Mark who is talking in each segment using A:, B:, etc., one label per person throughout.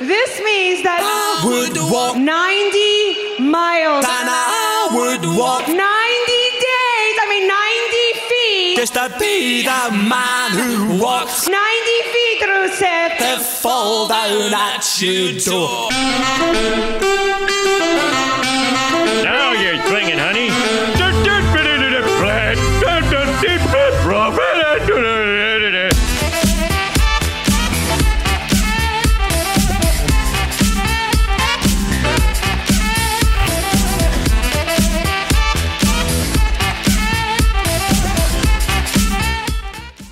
A: This means that I would walk 90 miles.
B: And I would walk
A: 90 days. I mean 90 feet.
B: just to be the man who walks
A: 90 feet, Rusev.
B: to fall down at your door.
C: Now you're swinging, honey.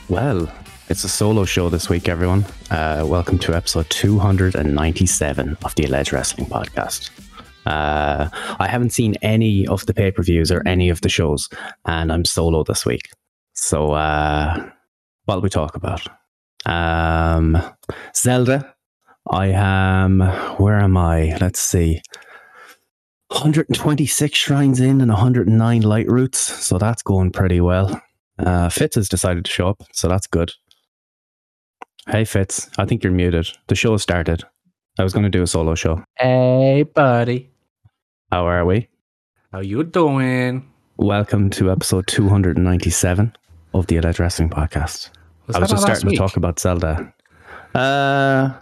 D: Well, it's a solo show this week, everyone. Uh, welcome to episode 297 of the Alleged Wrestling Podcast. Uh, I haven't seen any of the pay per views or any of the shows, and I'm solo this week. So, uh, what will we talk about? Um, Zelda. I am. Where am I? Let's see. 126 shrines in and 109 light routes. So that's going pretty well. Uh, Fitz has decided to show up, so that's good. Hey, Fitz, I think you're muted. The show has started. I was going to do a solo show.
E: Hey, buddy.
D: How are we?
E: How you doing?
D: Welcome to episode 297 of the Alleged Wrestling Podcast. I was
E: that
D: just
E: our last
D: starting to
E: week?
D: talk about Zelda. Uh,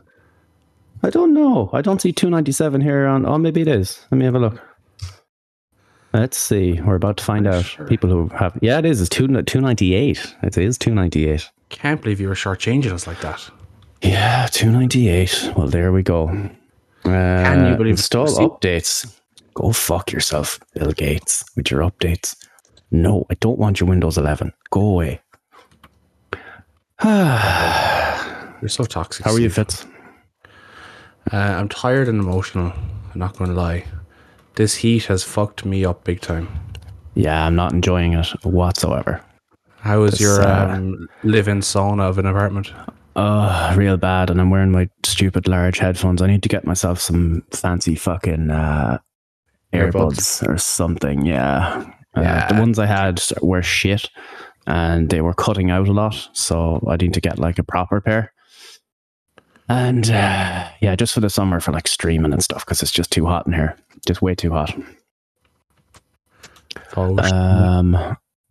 D: I don't know. I don't see 297 here on. Oh, maybe it is. Let me have a look. Let's see. We're about to find out. People who have. Yeah, it is. It's 2, 298. It is 298.
E: Can't believe you were shortchanging us like that.
D: Yeah, 298. Well, there we go. Uh, Can
E: you believe it's
D: install
E: possible?
D: updates? Go fuck yourself, Bill Gates, with your updates. No, I don't want your Windows 11. Go away.
E: You're so toxic.
D: How are you,
E: Steve.
D: Fitz?
E: Uh, I'm tired and emotional. I'm not going to lie. This heat has fucked me up big time.
D: Yeah, I'm not enjoying it whatsoever.
E: How is your
D: uh,
E: um, live-in sauna of an apartment?
D: Oh, real bad. And I'm wearing my stupid large headphones. I need to get myself some fancy fucking uh,
E: Earbuds.
D: earbuds, or something. Yeah. Uh, the ones I had were shit and they were cutting out a lot. So I need to get like a proper pair. And uh, yeah, just for the summer for like streaming and stuff because it's just too hot in here. Just way too hot.
E: Oh,
D: Um,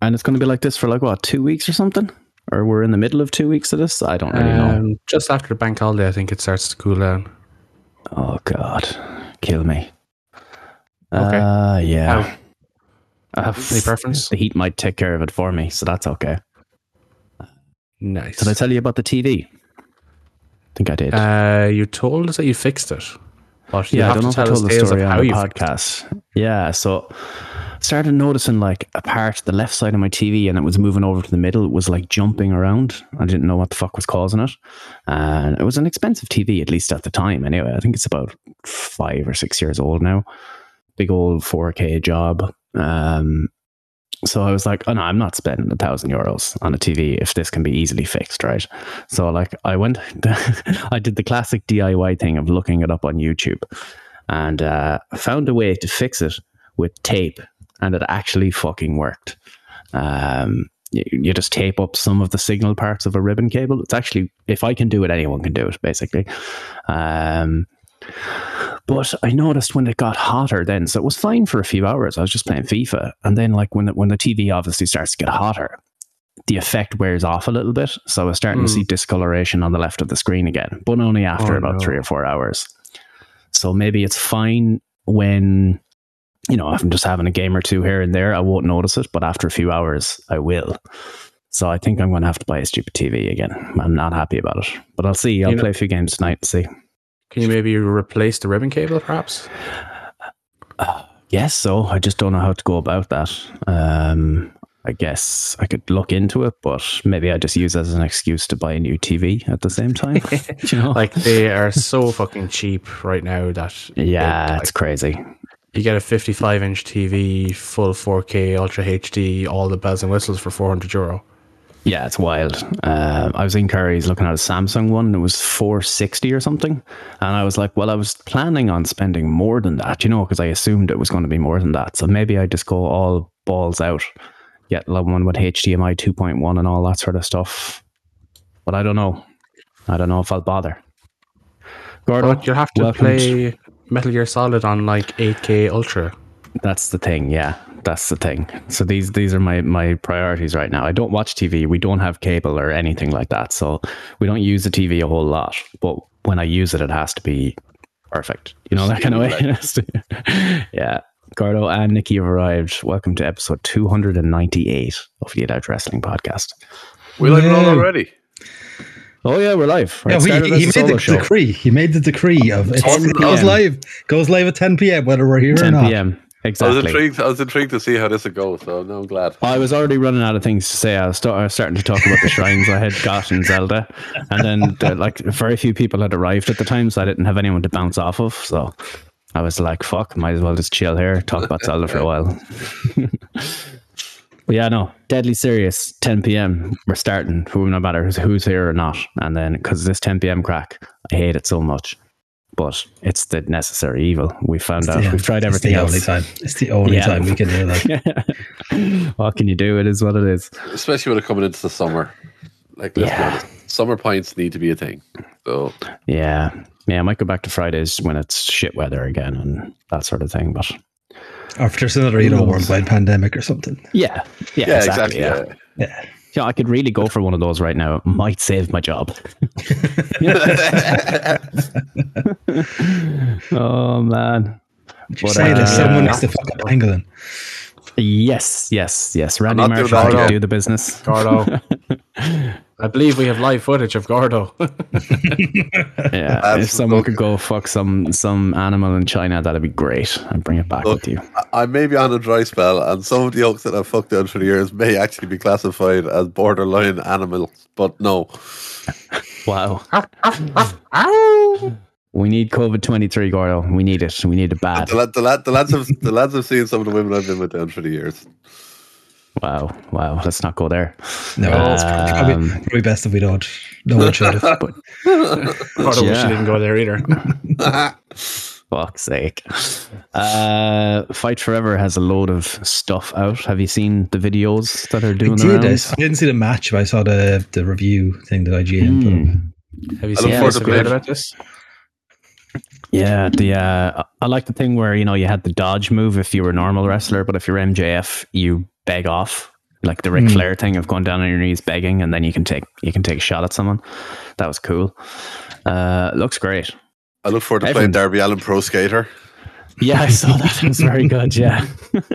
D: and it's going to be like this for like what, two weeks or something? Or we're in the middle of two weeks of this? I don't really know.
E: um, just after the bank holiday, I think it starts to cool down.
D: Oh God, kill me.
E: Okay.
D: Uh, yeah. Uh,
E: Any preference?
D: The heat might take care of it for me, so that's okay.
E: Nice.
D: Did I tell you about the TV? I think I did.
E: uh, you told us that you fixed it. But you
D: yeah, I
E: have
D: don't know
E: to
D: if I
E: tell us
D: told the
E: tales
D: story
E: of
D: on
E: how
D: the
E: you fixed
D: podcast. Yeah, so started noticing like a part, the left side of my TV, and it was moving over to the middle. It was like jumping around. I didn't know what the fuck was causing it, and it was an expensive TV, at least at the time. Anyway, I think it's about five or six years old now. Big old 4K job. Um, so I was like, oh no, I'm not spending a thousand euros on a TV if this can be easily fixed, right? So like I went, I did the classic DIY thing of looking it up on YouTube and uh, found a way to fix it with tape, and it actually fucking worked. Um, you, you just tape up some of the signal parts of a ribbon cable. It's actually, if I can do it, anyone can do it, basically. Um, but I noticed when it got hotter then, so it was fine for a few hours. I was just playing FIFA, and then like when the, when the TV obviously starts to get hotter, the effect wears off a little bit. So I was starting to
E: Hmm.
D: see discoloration on the left of the screen again, but only after
E: Oh,
D: about
E: no.
D: three or four hours. So maybe it's fine when you know I'm just having a game or two here and there. I won't notice it, but after a few hours, I will. So I think I'm going to have to buy a stupid TV again. I'm not happy about it, but I'll see. I'll
E: You know-
D: play a few games tonight and see.
E: Can you maybe replace the ribbon cable, perhaps?
D: Yes, so I just don't know how to go about that. Um, I guess I could look into it, but maybe I just use it as an excuse to buy a new TV at the same time. you know?
E: Like they are so fucking cheap right now that
D: yeah, it's crazy.
E: You get a 55 inch TV, full 4K, Ultra HD, all the bells and whistles for 400 euro.
D: Yeah, it's wild. Uh, I was in Curry's looking at a Samsung one, and it was 460 or something. And I was like, well, I was planning on spending more than that, you know, because I assumed it was going to be more than that. So maybe I just go all balls out, get like one with HDMI 2.1 and all that sort of stuff. But I don't know. I don't know if I'll bother. Gordo,
E: But you'll have to
D: welcome
E: play Metal Gear Solid on like 8K Ultra.
D: That's the thing, yeah. That's the thing. So these these are my my priorities right now. I don't watch TV. We don't have cable or anything like that. So we don't use the TV a whole lot. But when I use it, it has to be perfect. You know that kind of way. It has to- yeah. Gardo and Nikki have arrived. Welcome to episode 298 of the Adult Wrestling Podcast.
F: We like it all
D: Mm.
F: already.
D: Oh yeah, we're live. Right?
G: Yeah, we,
D: Started
G: he,
D: as
G: he
D: a
G: made
D: solo
G: the decree. He made the decree of it
F: 10
G: goes
D: p.m.
G: live. Goes live at 10 p.m. Whether we're here or
D: 10
G: not.
D: p.m.
F: I was
D: Exactly.
F: intrigued. I was intrigued to see how this would go. So no, I'm glad.
D: I was already running out of things to say. I was, sta- I was starting to talk about the shrines I had got in Zelda, and then the, like very few people had arrived at the time, so I didn't have anyone to bounce off of. So I was like, "Fuck, might as well just chill here, talk about Zelda for a while." but yeah, no, deadly serious. 10 p.m. We're starting. Who no matter who's, who's here or not, and then because this 10 p.m. crack, I hate it so much. But it's the necessary evil. We found out.
G: Yeah,
D: We've tried everything
G: it's the
D: else.
G: Only time. It's the only
D: Yeah.
G: time we can hear that.
D: what can you do? It is what it is.
F: Especially when it coming into the summer. Like let's
D: Yeah.
F: be honest, summer pints need to be a thing. So
D: Yeah. Yeah, I might go back to Fridays when it's shit weather again and that sort of thing. But
G: Or if there's another, you know, worldwide pandemic or something.
D: yeah, yeah,
F: yeah,
D: exactly.
F: exactly.
D: Yeah.
F: yeah.
G: Yeah.
D: yeah, I could really go for one of those right now. It might save my job. oh man.
G: You're
D: But,
G: saying
D: uh,
G: that someone needs to fuck up Anglin.
D: Yes, yes, yes. Randy
F: not doing
D: Marshall
F: that
D: could
F: again.
D: do the business.
E: Gordo. I believe we have live footage of Gordo.
D: Yeah. if someone could go fuck some some animal in China, that'd be great. I'd bring it back with you.
F: I- I may be on a dry spell, and some of the oaks that I've fucked down through the years may actually be classified as borderline animals. But no,
D: Wow. we need COVID twenty three, Gordo. We need it. We need it bad.
F: the, la- the, la- the lads have the lads have seen some of the women I've been with down through the years.
D: Wow, wow. Let's not go there.
G: No, it's probably,
D: Um,
G: probably best if we don't. No one should have. But
E: Gordo wish
D: Yeah.
E: he didn't go there either.
D: Fuck's sake. Uh, Fight Forever has a load of stuff out. Have you seen the videos that are doing
G: I did.
D: the
G: I,
D: rounds?
G: I didn't see the match, but I saw the, the review thing that IGN put up.
E: Have you
F: I
E: seen
F: look
E: yeah, this?
F: forward to
E: Have you heard
F: playing-
E: about this?
D: Yeah, the uh, I like the thing where you know you had the dodge move if you were a normal wrestler, but if you're MJF, you beg off, like the
G: Hmm.
D: Ric Flair thing of going down on your knees begging, and then you can take you can take a shot at someone. That was cool. Uh, looks great.
F: I look forward to
D: Everyone-
F: playing Derby Allen Pro Skater.
D: Yeah, I saw that. It was very good. Yeah.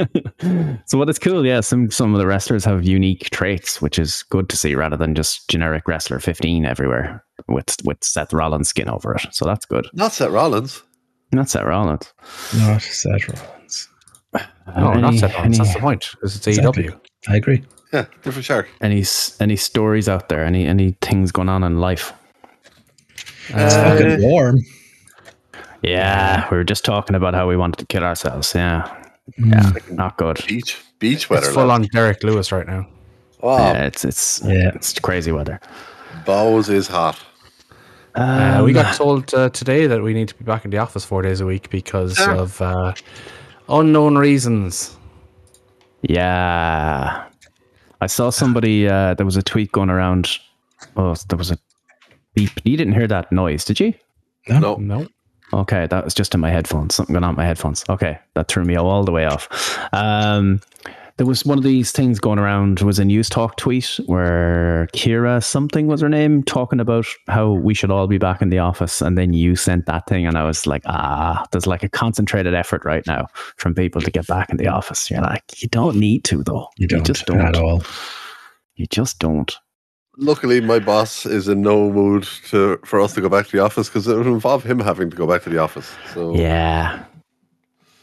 D: so what is cool, yeah, some some of the wrestlers have unique traits, which is good to see rather than just generic wrestler fifteen everywhere with with Seth Rollins skin over it. So that's good.
F: Not Seth Rollins.
D: Not Seth Rollins.
G: Not Seth Rollins.
E: No,
D: any,
E: Oh, not Seth Rollins. That's
D: Any,
E: the point. 'cause It's AEW.
G: I agree.
F: Yeah, different shark.
D: any s- any stories out there? Any any things going on in life?
G: It's fucking warm.
D: Yeah, we were just talking about how we wanted to kill ourselves. Yeah. Yeah, not good.
F: Beach beach weather. oh,
E: It's full on
F: lad.
E: Derek Lewis right now.
F: Wow,
D: Yeah, it's it's
G: Yeah.
D: it's crazy weather.
F: Bose is hot.
E: Uh, we
D: Um,
E: got told uh, today that we need to be back in the office four days a week because of uh, unknown reasons.
D: Yeah. I saw somebody, uh, there was a tweet going around. Oh, there was a beep. You didn't hear that noise, did you?
F: No,
E: No.
D: Okay, that was just in my headphones. Something going on in my headphones. Okay, that threw me all the way off. Um, there was one of these things going around was a news talk tweet where Kira something was her name talking about how we should all be back in the office, and then you sent that thing, and I was like, ah, there's like a concentrated effort right now from people to get back in the office. You're like, you don't need to though.
G: You don't,
D: just
G: at
D: don't.
G: all.
D: You just don't.
F: Luckily, my boss is in no mood to for us to go back to the office because it would involve him having to go back to the office. So
D: Yeah.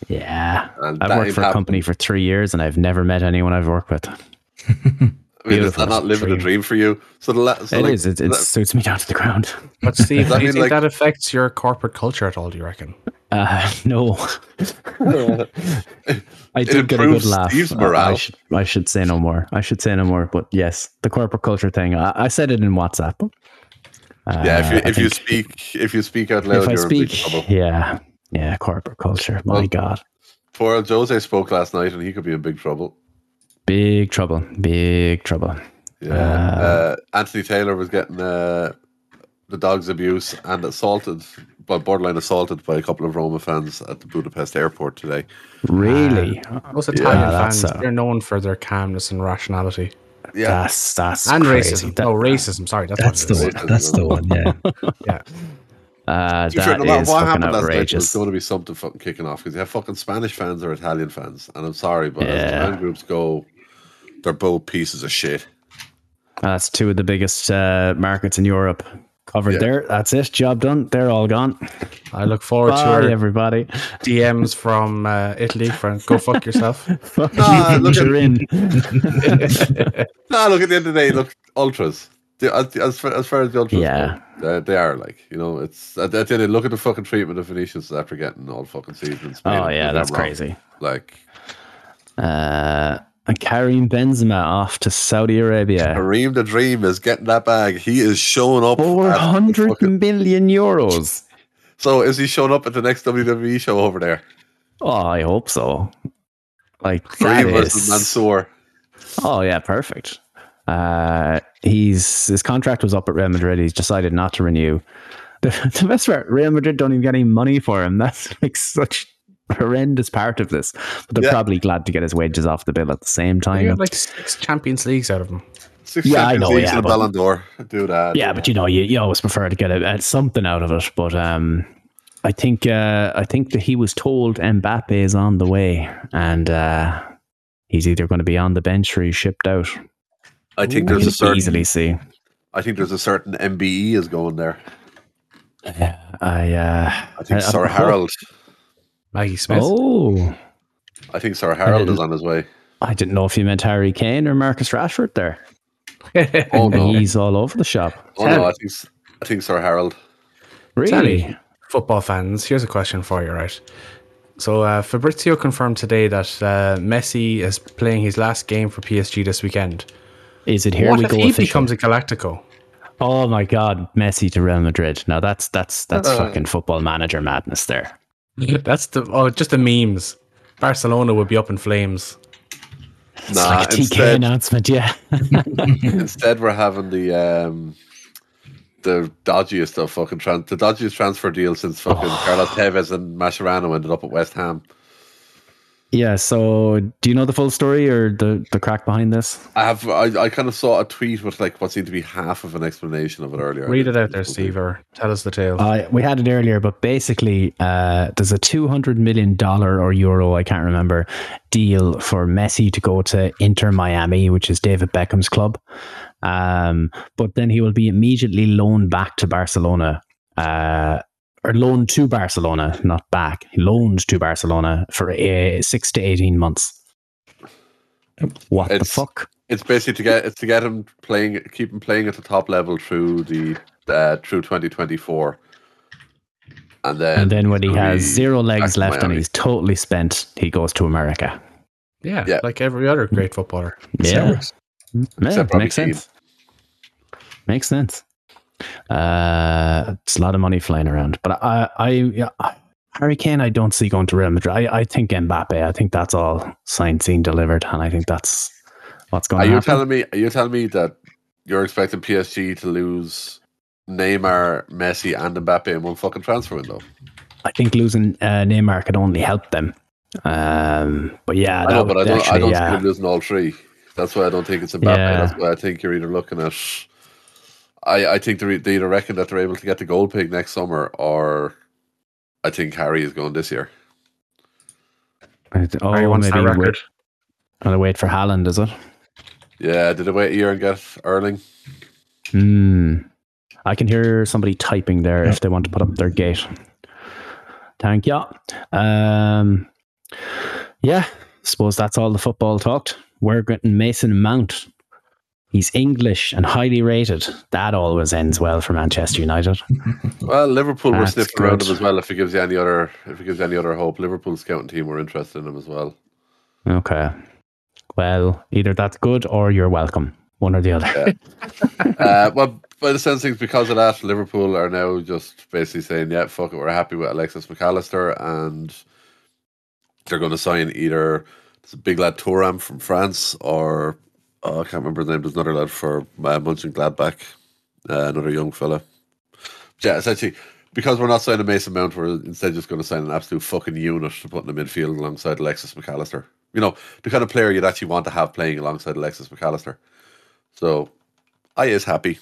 D: Yeah.
F: And
D: I've
F: that
D: worked
F: ain't
D: for a company
F: happening.
D: for three years and I've never met anyone I've worked with.
F: I mean, is
D: beautiful.
F: that not living a dream for you? So the la- so
D: It
F: like,
D: is. It, it
F: that-
D: suits me down to the ground.
E: But Steve,
F: that
E: do you
F: mean,
E: think
F: like-
E: that affects your corporate culture at all, do you reckon?
D: Uh, no. I
F: It
D: did get a good
F: improves
D: laugh.
F: Steve's
D: Uh, I,
F: morale.
D: should, I should say no more. I should say no more. But yes, the corporate culture thing. I, I said it in WhatsApp. Uh,
F: yeah, if you
D: I
F: if you
D: think
F: speak if you speak out loud,
D: if I
F: you're in big
D: speak,
F: trouble.
D: yeah, yeah, corporate culture. My
F: Well-
D: God,
F: Poor old Jose spoke last night, and he could be in big trouble.
D: big trouble, big trouble.
F: Yeah, uh, Anthony Taylor was getting uh, the dog's abuse and assaulted well, borderline assaulted by a couple of Roma fans at the Budapest airport today.
D: Really?
F: Uh,
E: Those Italian
D: Oh. Yeah, that's uh,
E: fans,
D: a-
E: they're known for their calmness and rationality.
F: Yeah,
D: That's that's
E: And
D: crazy.
E: racism.
D: That-
E: no, racism. Sorry, that's,
G: That's
E: what
G: the
E: it is.
G: one. That's the one. Yeah.
E: Yeah.
D: uh,
F: You sure,
D: that
F: no matter
D: is
F: what
D: fucking
F: happened last night,
D: outrageous.
F: there's going to be something fucking kicking off because you have fucking Spanish fans or Italian fans, and I'm sorry, but as
D: Yeah.
F: the fan groups go, they're both pieces of shit.
D: That's two of the biggest uh, markets in Europe covered
F: Yeah.
D: there. That's it. Job done. They're all gone.
E: I look forward to
D: Bye,
E: our
D: everybody.
E: DMs from uh, Italy. For go fuck yourself.
F: Nah, look at-
D: You're in.
F: No, look at the end of the day, look ultras. The- As, as, far, as far as the ultras,
D: Yeah.
F: go, they, they are like you know, it's at the end of the day, look at the fucking treatment of Venetians after getting all fucking season. in Spain.
D: Oh, yeah,
F: They're
D: that's
F: wrong.
D: crazy.
F: Like
D: Uh, and Karim Benzema off to Saudi Arabia.
F: Kareem the Dream is getting that bag. He is showing up. at the
D: 400
F: fucking-
D: million euros.
F: so is he showing up at the next WWE show over there?
D: Oh, I hope so. Like, that
F: Kareem versus
D: is-
F: Mansoor.
D: Oh yeah, perfect. Uh, he's his contract was up at Real Madrid. He's decided not to renew. The, the best part, Real Madrid don't even get any money for him. That's like such horrendous part of this. But they're
F: Yeah.
D: probably glad to get his wages off the bill at the same
E: I
D: time.
E: got like six Champions Leagues out of them.
F: Six
D: Yeah, I
F: Champions
D: know,
F: Leagues
D: yeah,
F: and a
D: but-
F: Ballon d'Or. Do that.
D: yeah, but you know, you, you always prefer to get a, a- something out of it. But um, I think uh, I think that he was told Mbappe is on the way, and uh, he's either going to be on the bench or he's shipped out.
F: I think
D: You
F: there's a
D: can
F: certain.
D: easily see.
F: I think there's a certain MBE is going there.
D: Yeah, I uh,
F: I think
D: Uh,
F: Sir
D: oh.
F: Harold.
E: Maggie Smith.
D: oh.
F: I think Sir Harold is on his way.
D: I didn't know if you meant Harry Kane or Marcus Rashford there.
F: Oh no!
D: He's all over the shop.
F: Oh no! I think s- I think Sir Harold.
D: Really?
E: Football fans, here's a question for you, right? So uh, Fabrizio confirmed today that uh, Messi is playing his last game for PSG this weekend.
D: Is it here
E: what
D: we
E: if
D: go
E: he
D: official?
E: becomes a Galactico?
D: oh my god, Messi to Real Madrid. Now that's that's that's
F: Uh.
D: fucking football manager madness there.
E: That's the oh, just the memes. Barcelona would be up in flames.
D: It's
F: Nah,
D: like a TK
F: instead-
D: announcement, yeah.
F: Instead, we're having the um, the dodgiest of fucking trans- the dodgiest transfer deal since fucking Carlos Tevez and Mascherano ended up at West Ham.
D: yeah, so do you know the full story or the, the crack behind this?
F: I have I, I kind of saw a tweet with like what seemed to be half of an explanation of it earlier.
E: Read it out there, Steve, or tell us the tale.
D: Uh, we had it earlier, but basically, uh, there's a $200 million or euro, I can't remember, deal for Messi to go to Inter Miami, which is David Beckham's club. Um, but then he will be immediately loaned back to Barcelona, uh, or loaned to Barcelona, not back, loaned to Barcelona for uh, six to 18 months. What the
F: It's-
D: fuck?
F: It's basically to get it's to get him playing, keep him playing at the top level through the uh, through twenty twenty four, and then
D: And then when he
F: he's
D: has
F: gonna be-
D: zero legs
F: to
D: left and
F: Miami.
D: he's totally spent, he goes to America.
E: yeah,
F: yeah.
E: like every other great footballer.
D: Yeah. Yeah,
F: Except Robbie
D: makes
F: Keane.
D: sense. Makes sense. Uh, it's a lot of money flying around, but I, I, yeah, I Harry Kane, I don't see going to Real Madrid. I, I think Mbappe. I think that's all signed, seen, delivered, and I think that's what's going
F: Are
D: to
F: you
D: happen.
F: telling me? Are you telling me that you're expecting PSG to lose Neymar, Messi, and Mbappe in one fucking transfer window?
D: I think losing uh, Neymar could only help them. Um, but yeah,
F: I
D: that
F: know,
D: would
F: but I don't. I
D: actually,
F: don't
D: yeah.
F: see them losing all three. That's why I don't think it's Mbappe.
D: Yeah.
F: That's why I think you're either looking at. I I think they they either reckon that they're able to get the gold pig next summer, or I think Harry is going this year.
D: Oh,
E: Harry wants that
D: maybe wait,
E: record.
D: gotta wait for Haaland, is it?
F: Yeah, did they wait a year and get Erling?
D: Hmm. I can hear somebody typing there if they want to put up their gate. Thank you. Um, yeah, suppose that's all the football talked. We're getting Mason Mount. He's English and highly rated. That always ends well for Manchester United.
F: Well, Liverpool were
D: That's
F: sniffing around
D: good.
F: him as well. If it gives you any other, if it gives you any other hope, Liverpool's scouting team were interested in him as well.
D: Okay. Well, either that's good or you're welcome. One or the other.
F: uh, well, by the sense of things, because of that, Liverpool are now just basically saying, yeah, fuck it, we're happy with Alexis McAllister, and they're going to sign either this big lad Touram from France or oh, I can't remember his name, there's another lad for uh, Munchen Gladbach, uh, another young fella. Yeah, essentially, because we're not signing Mason Mount, we're instead just going to sign an absolute fucking unit to put in the midfield alongside Alexis McAllister. You know, the kind of player you'd actually want to have playing alongside Alexis McAllister. So I is happy.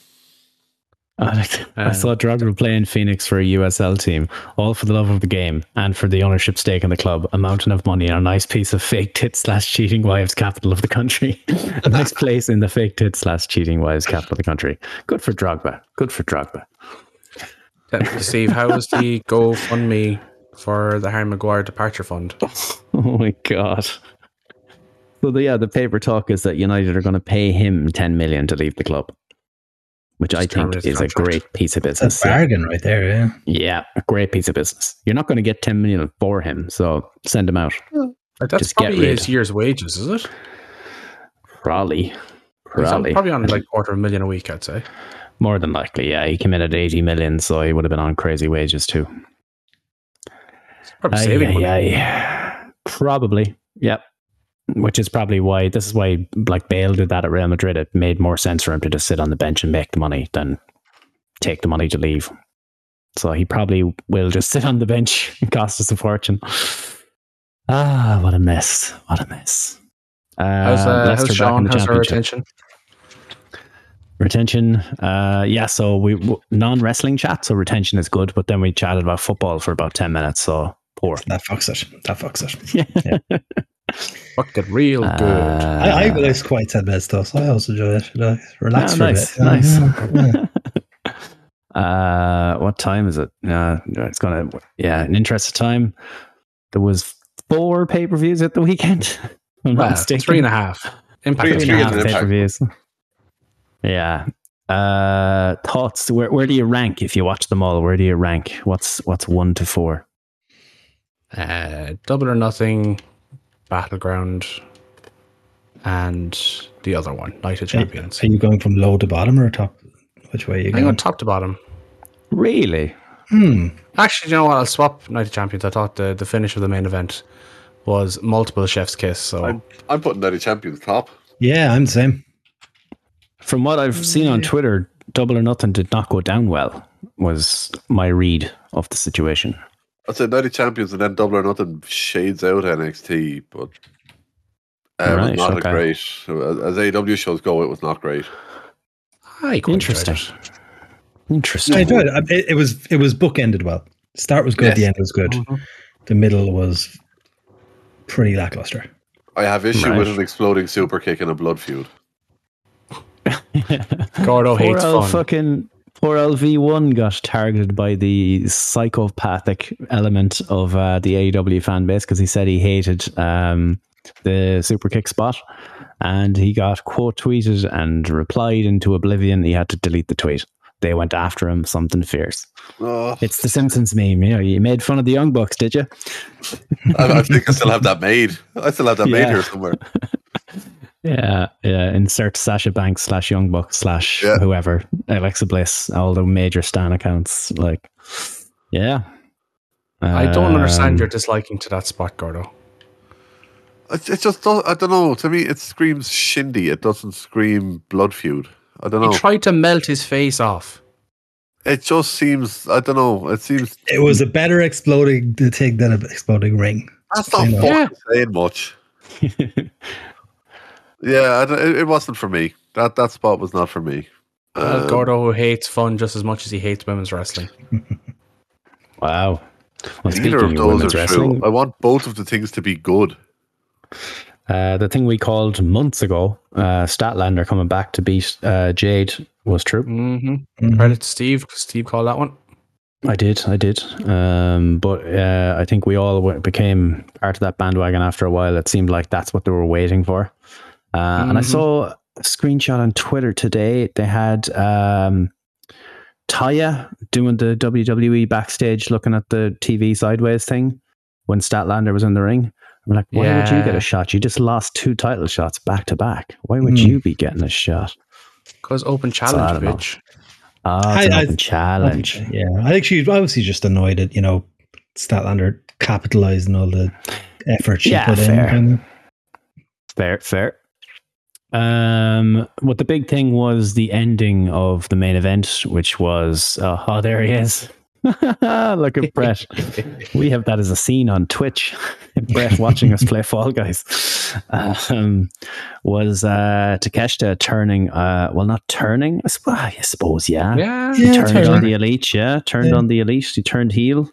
D: I, liked- I saw Drogba playing Phoenix for a USL team, all for the love of the game and for the ownership stake in the club, a mountain of money and a nice piece of fake tit slash cheating wives capital of the country. a nice place in the fake tit slash cheating wives capital of the country. Good for Drogba. Good for Drogba.
E: Uh, Steve, how was the GoFundMe for the Harry Maguire departure fund?
D: Oh my god. So the, yeah, the paper talk is that United are going to pay him 10 million to leave the club, which I
E: get rid
D: think
E: of the
D: is a
E: contract.
D: great piece of
G: That's
D: business.
G: a
D: Yeah.
G: bargain right there, yeah.
D: Yeah, a great piece of business. You're not going to get 10 million for him, so send him out.
E: Like, that's
D: Just get
E: probably
D: rid.
E: his year's wages, is it?
D: Probably.
E: He's on-
D: Probably.
E: Probably on like quarter of a million a week, I'd say.
D: More than likely, yeah. He came in at 80 million, so he would have been on crazy wages too.
E: He's probably
D: Aye,
E: saving
D: aye,
E: money.
D: aye. Probably. Yep. Which is probably why this is why like Bale did that at Real Madrid. It made more sense for him to just sit on the bench and make the money than take the money to leave. So he probably will just sit on the bench and cost us a fortune. Ah, what a mess. What a mess. Uh,
E: How's, uh,
D: Leicester
E: how's
D: back
E: Sean?
D: in the
E: How's our
D: championship.
E: attention?
D: Retention, uh, yeah. So we w- non-wrestling chat, so retention is good. But then we chatted about football for about ten minutes, so poor.
G: That fucks it. That fucks it.
E: Fuck it, real
D: Uh,
E: good.
G: I, I realize quite 10 minutes though, so I also enjoy it. You know, relax
D: Ah,
G: for
D: nice,
G: a bit.
D: nice.
G: Yeah, yeah.
D: uh, what time is it? Uh, it's gonna, yeah, an interesting time. There was four pay-per-views at the weekend. if I'm not
E: Well,
D: mistaken.
E: three and a half. Impact
F: Three
E: is
F: and
D: Three and a
F: half.
D: half
F: an impact.
D: pay-per-views. Yeah. Uh, thoughts? Where where do you rank if you watch them all? Where do you rank? What's what's one to four?
E: uh, Double or Nothing, Battleground, and the other one, Night of Champions.
G: Are you going from low to bottom or top? Which way are you
E: I
G: going?
E: went top to bottom.
D: Really?
G: Hmm.
E: Actually, you know what? I'll swap Night of Champions. I thought the, the finish of the main event was multiple chef's kiss. So
F: I'm, I'm putting Daddy Champions top.
G: Yeah, I'm the same.
D: From what I've seen on Twitter, Double or Nothing did not go down well, was my read of the situation.
F: I'd say Daddy Champions and then Double or Nothing shades out NXT, but uh,
D: Right,
F: was not
D: okay.
F: a great. As AEW shows go, it was not great.
E: I quite enjoyed
D: Interesting.
E: it.
D: Interesting.
G: I enjoyed it. I- it. It was it was bookended well. Start was good,
F: Yes.
G: the end was good. The middle was pretty lackluster.
F: I have issue
D: Right.
F: with an exploding super kick and a blood feud.
D: poor
E: Gordo hates
D: L
E: fun.
D: fucking poor LV1 got targeted by the psychopathic element of uh, the AEW fan base because he said he hated um, the super kick spot, and he got quote tweeted and replied into oblivion. He had to delete the tweet. They went after him, something fierce.
F: Oh,
D: It's the Simpsons meme. You know, you made fun of the Young Bucks, did you?
F: I, I think I still have that made. I still have that made
D: Yeah.
F: here somewhere.
D: Yeah, yeah. Insert Sasha Banks slash Young Buck slash
F: Yeah.
D: whoever Alexa Bliss, all the major Stan accounts. Like, yeah.
E: I don't understand
D: Um,
E: your disliking to that spot, Gordo.
F: It, it just does, I don't know. To me, it screams shindy. It doesn't scream blood feud. I don't
E: He
F: know.
E: tried to melt his face off.
F: it just seems. I don't know. It seems
G: It was a better exploding the thing than an exploding ring.
F: that's not
G: Yeah.
F: fucking saying much. Yeah, I don't, it, it wasn't for me. That that spot was not for me.
E: Well,
F: Um,
E: Uh, Gordo who hates fun just as much as he hates women's wrestling.
D: wow. Well, speaking
F: Neither of those
D: women's
F: are
D: wrestling,
F: true. I want both of the things to be good.
D: uh, the thing we called months ago, uh, Statlander coming back to beat uh, Jade was true.
E: Mm-hmm.
G: Mhm.
E: Credit to Steve. 'cause Steve called that one.
D: I did, I did. Um, but uh, I think we all w- became part of that bandwagon after a while. It seemed like that's what they were waiting for. Uh, And I
G: Mm-hmm.
E: Mhm.
D: saw a screenshot on Twitter today. They had um, Taya doing the WWE backstage, looking at the TV sideways thing when Statlander was in the ring. I'm like, why would you get
E: Yeah.
D: a shot? You just lost two title shots back to back. Why would
G: Mm.
D: you be getting a shot?
E: Because open
D: I
E: challenge,
D: don't know.
E: bitch.
D: Oh, it's
G: I-
D: an
G: I-
D: open challenge.
G: Yeah, I think she's obviously just annoyed at you know Statlander capitalizing all the effort she
D: Yeah,
G: put
D: fair.
G: in.
D: Fair, fair. Um, what the big thing was the ending of the main event, which was uh, oh, there he is, Look at Brett. we have that as a scene on Twitch. Brett watching us play Fall Guys um, was uh, Takeshita turning, uh, well, not turning, I, sp- I suppose, yeah.
E: Yeah.
D: He
G: Yeah,
D: turned
G: turning.
D: on the elite, yeah. Turned
G: Yeah.
D: on the elite. He turned heel.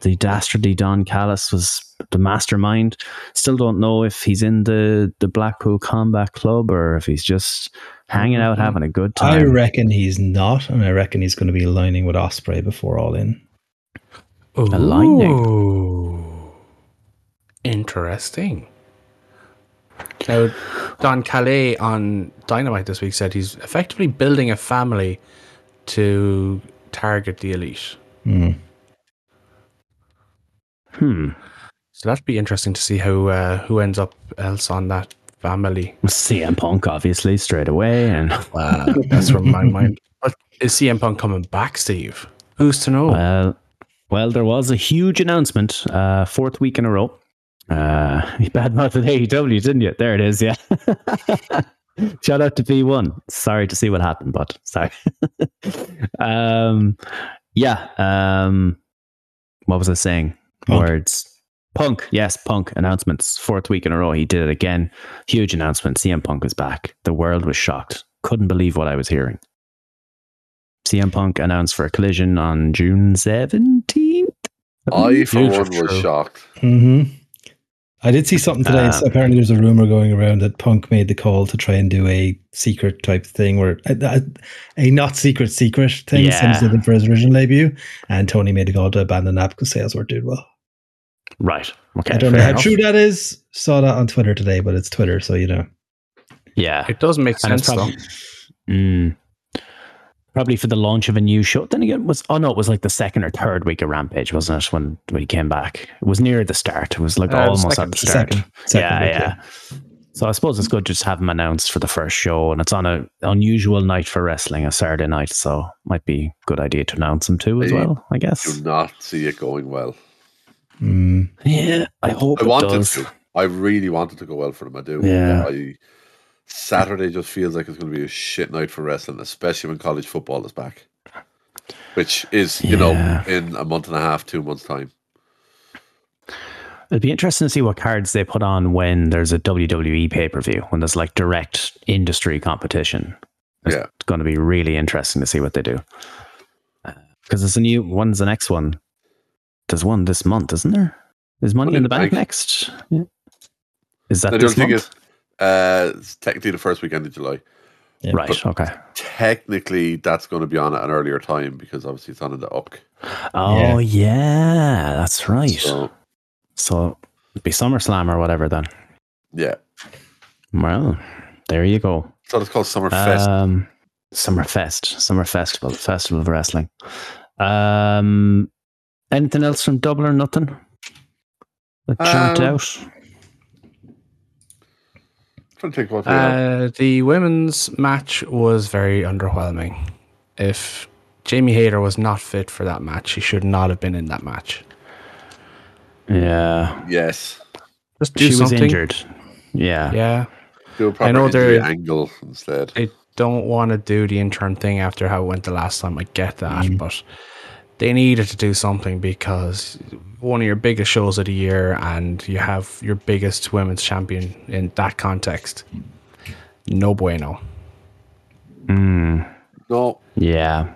D: The dastardly Don Callis was the mastermind. Still don't know if he's in the, the Blackpool Combat Club or if he's just hanging out having a good
G: I
D: time.
G: reckon he's not, and I reckon he's going to be aligning with Osprey before All In.
D: A lightning.
E: Ooh. Interesting. Now, Don Calais on Dynamite this week said he's effectively building a family to target the elite.
G: Hmm.
D: hmm.
E: So that'd be interesting to see how uh, who ends up else on that family.
D: CM Punk, obviously, straight away. And
E: Uh, that's from my mind. But is CM Punk coming back, Steve? Who's to know?
D: Well, Uh, well, there was a huge announcement, uh, fourth week in a row. Uh, you badmouthed AEW, didn't you? There it is. Yeah. Shout out to V1. Sorry to see what happened, but sorry. um, yeah. Um, what was I saying?
G: Punk.
D: Words. Punk, yes, Punk announcements. Fourth week in a row, he did it again. Huge announcement. CM Punk is back. The world was shocked. Couldn't believe what I was hearing. CM Punk announced for a collision on June 17th. Mm-hmm.
F: I, for
E: Huge
F: one, was
E: true.
F: shocked.
G: hmm I did see something today.
D: Uh,
G: Apparently, there's a rumor going around that Punk made the call to try and do a secret type thing, where a, a, a not secret secret thing,
D: Yeah.
G: since he did for his original debut. And Tony made a call to abandon that because sales weren't doing well.
D: Right. Okay.
G: I don't know
E: fair
G: how
E: enough.
G: true that is. Saw that on Twitter today, but it's Twitter, so you know.
D: Yeah.
E: It does make
D: And it's
E: sense,
D: probably,
E: though.
D: Mm. probably for the launch of a new show. Then again, it was oh no, it was like the second or third week of Rampage, wasn't it? When when he came back, it was near the start. It was like
E: Uh,
D: almost
E: second-
D: at the start.
G: Second, second
D: yeah,
G: week,
D: yeah. So I suppose it's good just to have him announced for the first show, and it's on a unusual night for wrestling, a Saturday night, so might be a good idea to announce him too as
F: Hey,
D: well. I guess.
F: Do not see it going well.
G: Mm.
D: Yeah, I hope
F: I
D: it
F: wanted
D: does.
F: to. I really wanted to go well for them. I do.
D: Yeah.
F: I, Saturday just feels like it's going to be a shit night for wrestling, especially when college football is back, which is you know
D: Yeah.
F: in a month and a half, two months time.
D: It'd be interesting to see what cards they put on when there's a WWE pay per view, when there's like direct industry competition. It's
F: Yeah.
D: going to be really interesting to see what they do. Because there's a new one's the next one. There's one this month, isn't there? Is Money in the Bank next? Yeah. Is that
F: No, the
D: this
F: only thing
D: month?
F: is, uh, it's technically the first weekend of July.
G: Yeah.
D: right. Okay.
F: Technically, that's going to be on at an earlier time because obviously it's on in the UC.
D: Oh yeah, that's right. So,
F: So
D: it'd be SummerSlam or whatever then.
F: yeah,
D: Well, there you go.
F: so it's called
E: Uh,
F: Summerfest.
D: Um, Summer Fest, Summer Festival, Festival of Wrestling. Um, anything else from Dublin or nothing? That jumped
F: Um,
D: out.
F: trying to think what we have.
E: Uh, the women's match was very underwhelming. If Jamie Hayter was not fit for that match, she should not have been in that match.
D: Yeah,
F: yes,
E: Just do
D: she was
E: something.
D: injured. Yeah,
E: Yeah,
F: do a proper
E: know
F: injury
E: they're-
F: angle instead.
E: they don't want to do the interim thing after how it went the last time. I get that, but they needed to do something because one of your biggest shows of the year, and you have your biggest women's champion in that context. No bueno.
D: Mm,
F: No,
D: yeah.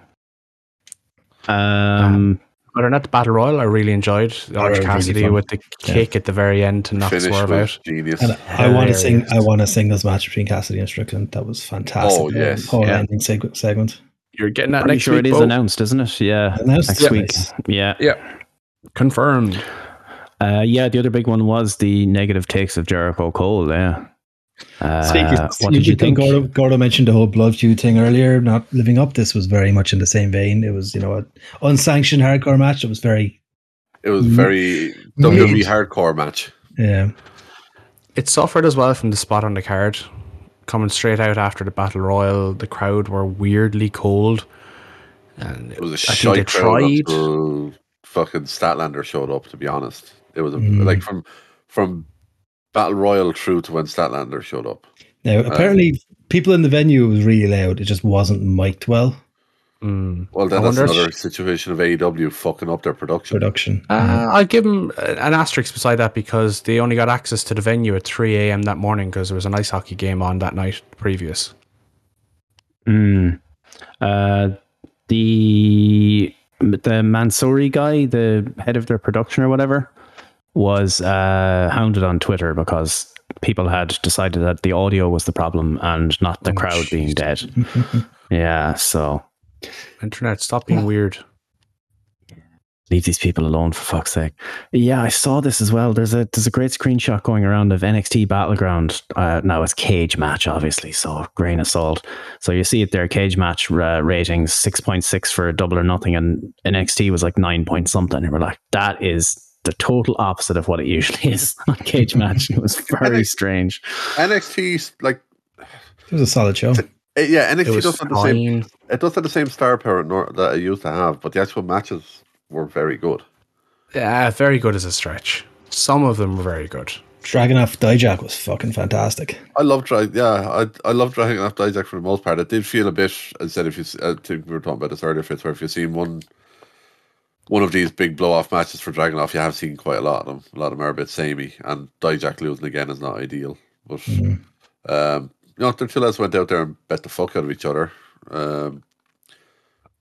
D: Um,
E: Other than that, the battle royal I really enjoyed. Orange
G: really
E: Cassidy
G: fun.
E: with the kick at the very end to knock
F: finish
E: Swerve out.
F: was genius.
E: uh,
G: And I want to sing.
E: Hilarious.
G: I want a singles match between Cassidy and Strickland. That was fantastic.
F: Oh,
G: The
F: yes,
G: whole
F: yeah.
G: ending seg- segment.
E: You're getting that
D: pretty
E: Uh, next
D: sure
E: week. oh.
D: it is
E: Bo.
D: announced, isn't it? Yeah,
G: Announced?
D: next
G: Yeah.
D: week. Yeah,
E: Confirmed.
D: uh, yeah. The other big one was the negative takes of Jericho Cole. Yeah. Uh, what did you think?
G: Gordo, Gordo mentioned the whole blood feud thing earlier. Not living up. This was very much in the same vein. It was, you know, an unsanctioned hardcore match. It was very,
F: It was very WWE hardcore match.
G: yeah,
E: It suffered as well from the spot on the card. Coming straight out after the battle royal, the crowd were weirdly cold. And uh,
F: It was a
E: I think they
F: shite crowd
E: tried.
F: until fucking Statlander showed up. To be honest, it was a,
G: Mm.
F: like from from Battle Royal through to when Statlander showed up.
G: Now, apparently, people in the venue it was really loud. It just wasn't mic'd well.
F: Well, then
E: I
F: that's
E: wonder if-
F: another situation of AEW fucking up their production.
G: production.
E: Uh,
F: Mm-hmm.
E: I'll give them an asterisk beside that because they only got access to the venue at 3 a.m. that morning because there was an ice hockey game on that night previous.
D: Mm. Uh, the the Mansouri guy, the head of their production or whatever, was uh, hounded on Twitter because people had decided that the audio was the problem and not the crowd being dead. yeah, so
E: Internet, stop being weird.
D: leave these people alone for fuck's sake. Yeah, I saw this as well. There's a there's a great screenshot going around of NXT Battleground. Uh, now it's cage match, obviously, so grain of salt. So you see it there, cage match uh, ratings six point six for double or nothing, and NXT was like nine point something. And we're like, that is the total opposite of what it usually is on cage match. It was very strange.
F: NXT, like,
G: It was a solid show.
F: eh, yeah,
E: It
F: NXT
E: was
F: doesn't have the same.
E: fine.
F: It doesn't have the same star power nor, that it used to have, but the actual matches were very good.
E: Yeah, very good as a stretch. Some of them were very good.
G: Dragunov Dijak was fucking fantastic.
F: I love drag. Yeah, I I love dragging off Dijak for the most part. It did feel a bit. I said if you, s- I think we were talking about this earlier, Fitz, where if you've seen one, one of these big blow off matches for dragging off, you have seen quite a lot of them. A lot of them are a bit samey, and Dijak losing again is not ideal. But
E: Mm-hmm.
F: um, you know, the two lads went out there and bet the fuck out of each other. Um,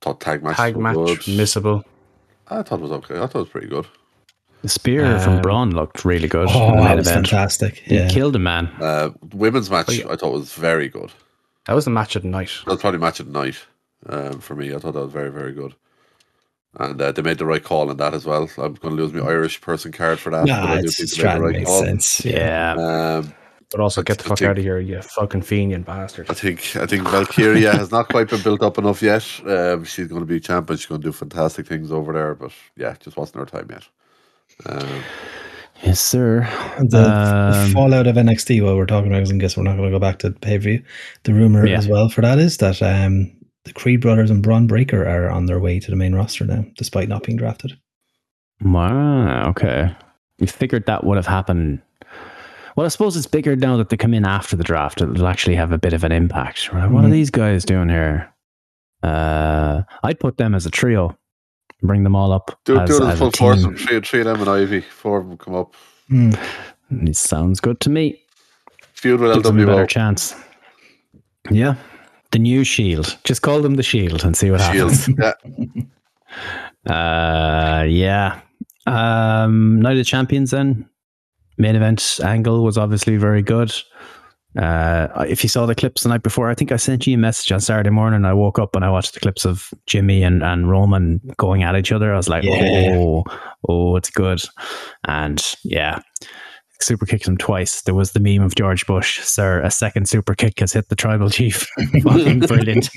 F: thought tag match.
E: Tag match, missable.
F: I thought it was okay. I thought it was pretty good.
D: The spear
E: Um,
D: from Braun looked really good.
G: Oh,
D: in the main
G: that was
D: event.
G: fantastic.
D: He
G: Yeah.
D: killed a man.
F: Uh, women's
D: Oh,
F: match I thought was very good.
E: That was the match of the night.
F: That was probably match of the night um, for me. I thought that was very, very good. And uh, they made the right call on that as well. I'm going to lose my Irish person card for that. but
G: Nah,
F: I do
G: it's
F: think
G: it's
F: they made the
G: trying to
F: right
G: make
F: call.
G: sense.
D: Yeah.
F: Um,
E: But also, get the
F: That's
E: fuck
F: the
E: out of here, you fucking fiend, you bastard.
F: I think I think Valkyria has not quite been built up enough yet. Um, she's going to be champion. She's going to do fantastic things over there. But yeah, just wasn't her time yet. Um,
D: Yes, sir.
G: And the, the
D: Um,
G: fallout of NXT, while we're talking about, because I guess we're not going to go back to pay per view. The rumor
D: Yeah.
G: as well for that is that um, the Creed brothers and Braun Breaker are on their way to the main roster now, despite not being drafted.
D: Wow. Okay. We figured that would have happened. Well, I suppose it's bigger now that they come in after the draft. It'll actually have a bit of an impact. Right? What are
G: Mhm.
D: these guys doing here? Uh, I'd put them as a trio. Bring them all up
F: do
D: as,
F: do it as
D: as a
F: full force.
D: team.
F: with Three, three of them and Ivy. Four of them come up.
D: It sounds good to me.
F: Feud with
D: Gives them a better
F: LWO.
D: chance. Yeah. The new Shield. Just call them the Shield and see what happens.
F: Shield. yeah.
D: Uh, yeah. Um, Night of Champions then. Main event angle was obviously very good. Uh, if you saw the clips the night before, I think I sent you a message on Saturday morning. I woke up and I watched the clips of Jimmy and, and Roman going at each other. I was like,
G: Yeah.
D: oh, oh, it's good. And yeah, super kicked him twice. There was the meme of George Bush, sir, a second super kick has hit the tribal chief. Fucking brilliant.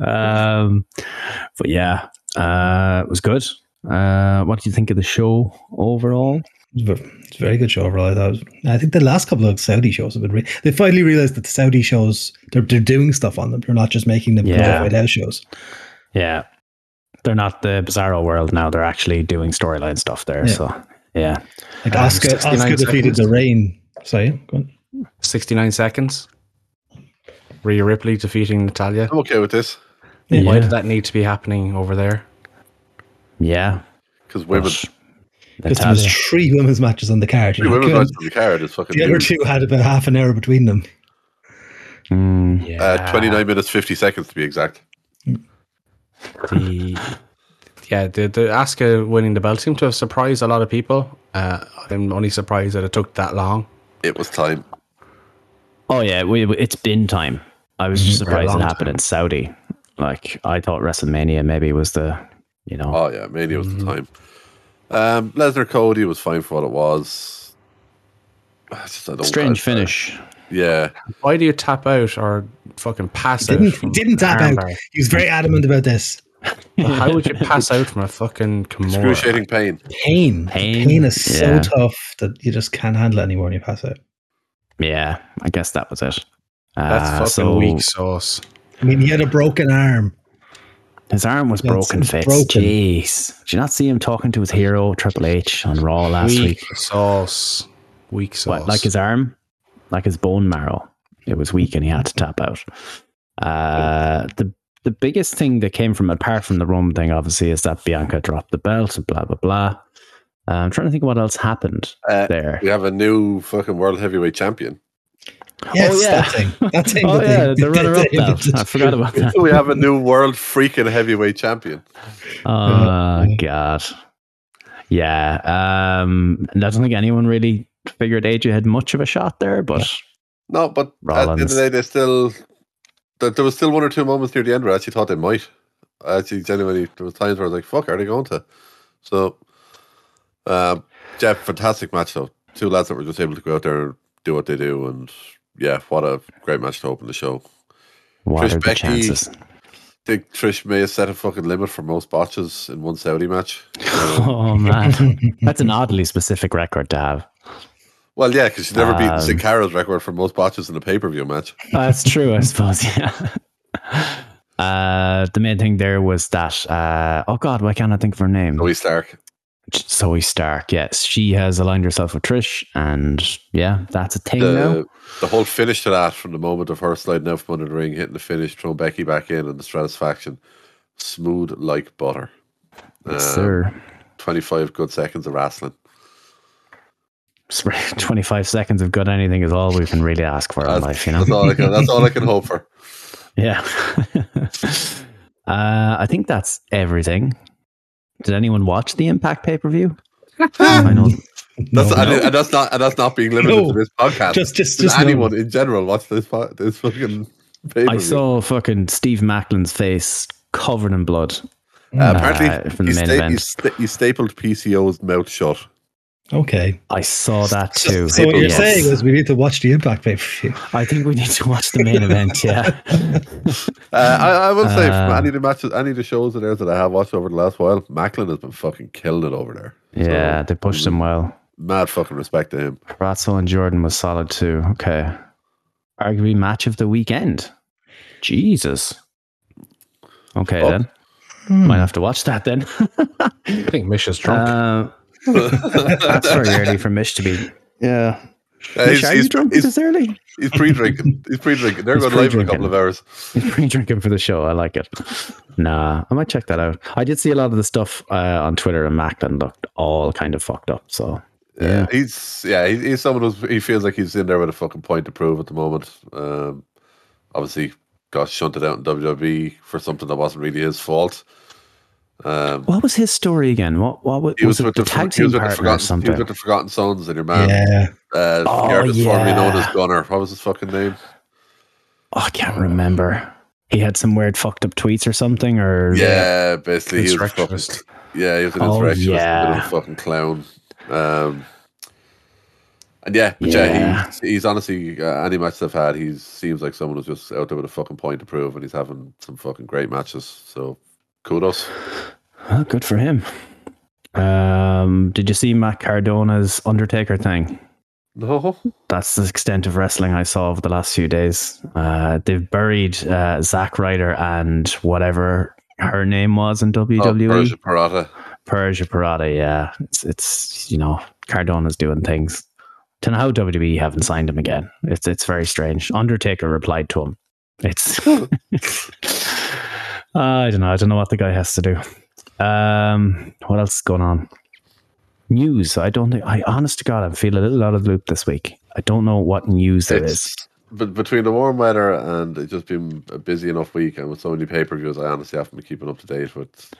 D: um, but yeah, uh, it was good. Uh, what do you think of the show overall?
G: It's a ve- it's a very good show overall. I thought. I think the last couple of Saudi shows have been. Re- they finally realized that the Saudi shows they're they're doing stuff on them. They're not just making them
D: Yeah.
G: yeah. out shows.
D: Yeah, they're not the Bizarro world now. They're actually doing storyline stuff there.
G: Yeah.
D: So yeah,
G: Like
E: Um,
G: Oscar,
E: 69
G: Oscar defeated
E: seconds.
G: the rain. Sorry, go on.
E: 69 seconds. Rhea Ripley defeating Natalia.
F: I'm okay with this
D: yeah,
E: Why did that need to be happening over there?
D: yeah.
F: because women.
G: Because there was
D: Natalia.
G: three women's matches on the card.
F: Three
G: You
F: women's
G: couldn't-
F: matches on the card is fucking.
G: the other
F: huge.
G: two had about half an hour between them.
D: Mm.
F: Uh, 29 minutes 50 seconds to be exact.
E: the yeah the the Asuka winning the belt seemed to have surprised a lot of people. Uh, I'm only surprised that it took that long.
F: It was time.
D: Oh yeah, we, we- it's been time. I was just surprised
E: long
D: it happened in Saudi. Like I thought WrestleMania maybe was the, you know,
F: Oh yeah, Mania was the
D: Mm-hmm.
F: time. Um, Lesnar Cody was fine for what it was. I just- I don't-
D: strange
F: I-
D: finish.
F: Yeah,
E: Why do you tap out or fucking pass out?
G: Didn't
E: from
G: he didn't tap
E: an
G: out.
E: armbar?
G: He was very adamant about this.
E: How would you pass out from a fucking Kimura?
F: excruciating pain.
D: Pain,
G: Pain. Pain, pain is so
D: yeah.
G: tough that you just can't handle it anymore when you pass out.
D: Yeah, I guess that was it. Uh,
E: That's fucking
D: so
E: weak sauce.
G: I mean, he had a broken arm.
D: His arm was
G: That's
D: broken, Fitz.
G: broken.
D: Jeez, did you not see him talking to his hero Triple H on Raw last
E: Weak
D: week?
E: sauce. Weak sauce.
D: What, like his arm, like his bone marrow, it was weak, and he had to tap out. Uh, the the biggest thing that came from apart from the Roman thing, obviously, is that Bianca dropped the belt and blah blah blah. Uh, I'm trying to think what else happened
F: Uh,
D: there.
F: We have a new fucking world heavyweight champion.
G: Yes,
D: Oh, yeah.
G: that thing. That thing.
D: Oh
G: that
D: yeah,
G: they-
D: the runner-up
G: they-
D: belt. I forgot about that.
F: we have a new world freaking heavyweight champion.
D: Oh god. Yeah. Um and I don't think anyone really figured AJ had much of a shot there, but
F: No, but at the end of
D: Rollins.
F: the day, they still. There there was still one or two moments near the end where I actually thought they might. I actually genuinely, there was times where I was like, "Fuck, are they going to?" So, um, Jeff, fantastic match though. Two lads that were just able to go out there, do what they do, and yeah, what a great match to open the show.
D: what
F: Trish
D: are the
F: Becky.
D: chances?
F: think Trish may have set a fucking limit for most botches in one Saudi match.
D: Oh man. That's an oddly specific record to have.
F: Well, yeah, because she's never beaten
D: Um,
F: Sin Cara's record for most botches in a pay per view match.
D: That's true, I suppose, yeah. Uh, the main thing there was that uh, oh god, why can't I think of her name?
F: Zoe Stark.
D: Zoe Stark, yes. She has aligned herself with Trish and yeah, that's a thing now.
F: The, the whole finish to that, from the moment of her sliding out from under the ring, hitting the finish, throwing Becky back in, and the satisfaction, smooth like butter.
D: Yes,
F: Uh,
D: sir.
F: 25 good seconds of wrestling.
D: 25 seconds of good anything is all we can really ask for in
F: That's,
D: life, you know?
F: that's all I can, that's all I can hope for.
D: Yeah. uh, I think that's everything. Did anyone watch the Impact pay per view? I know.
F: That's,
G: No,
F: and,
G: no.
F: and that's not and that's not being limited
G: No.
F: to this podcast.
G: Just, just,
F: Did
G: just
F: anyone
G: no.
F: in general watch this po- this fucking pay-per-view?
D: I saw fucking Steve Macklin's face covered in blood.
F: Uh, apparently,
D: Uh, from the
F: he,
D: main
F: sta- he
D: event.
F: sta- he stapled PCO's mouth shut.
G: Okay.
D: I saw that too.
G: So what you're
D: Yes.
G: saying is we need to watch the Impact pay per view.
D: I think we need to watch the main event. Yeah.
F: Uh, I, I will say, from
D: Uh,
F: any of the matches, any of the shows of theirs that I have watched over the last while, Macklin has been fucking killing it over there. So,
D: Yeah, they pushed him well.
F: mad fucking respect to him.
D: Ratzel and Jordan was solid too. Okay. Arguably match of the weekend. Jesus. Okay,
F: Oh.
D: then.
G: hmm.
D: Might have to watch that then.
E: I think Mish is drunk.
D: uh, that's very early for Mish to be. Yeah.
F: Uh,
D: Mish,
F: he's,
D: are
F: he's,
D: you drunk
F: he's,
D: this early?
F: he's pre-drinking. He's pre-drinking. They're
D: He's
F: going live in a
D: pre-drinking.
F: couple of hours.
D: He's pre drinking for the show. I like it. Nah, I might check that out. I did see a lot of the stuff uh, on Twitter and Macklin looked all kind of fucked up. So, yeah.
F: Yeah, he's yeah, he, he's someone who's he feels like he's in there with a fucking point to prove at the moment. Um, obviously, got shunted out in WWE for something that wasn't really his fault. Um,
D: What was his story again? What, what was, was it the
F: for-
D: tag
F: he
D: team
F: was with
D: partner
F: the
D: or
F: forgotten, he was
D: something?
F: with the Forgotten Sons and your man,
G: Yeah.
F: uh,
D: Oh,
F: the artist formerly known
D: yeah.
F: as Gunner. What was his fucking name?
D: Oh, I can't remember. He had some weird fucked up tweets or something, or
F: Yeah, basically he was fucking,
E: Insurrectionist.
F: yeah, he was an
D: Oh,
F: insurrectionist,
D: yeah.
F: a bit of a fucking clown. Um, and yeah, but yeah,
D: Yeah.
F: he, he's honestly uh, any match I've had, he seems like someone who's just out there with a fucking point to prove, and he's having some fucking great matches. So kudos.
D: Well, Oh, good for him. Um, did you see Matt Cardona's Undertaker thing?
F: No, oh,
D: That's the extent of wrestling I saw over the last few days. Uh, they've buried uh, Zack Ryder and whatever her name was in E.
F: oh,
D: WWE.
F: Persia Parata.
D: Persia Parada, yeah. It's it's you know, Cardona's doing things. To know how WWE haven't signed him again. It's it's very strange. Undertaker replied to him. It's Ah, I don't know. I don't know what the guy has to do. Um what else is going on? News. I don't think I honest to God I feel a little out of the loop this week. I don't know what news there is.
F: It's- But between the warm weather and it just being a busy enough week, and with so many pay per views, I honestly haven't been keeping up to date with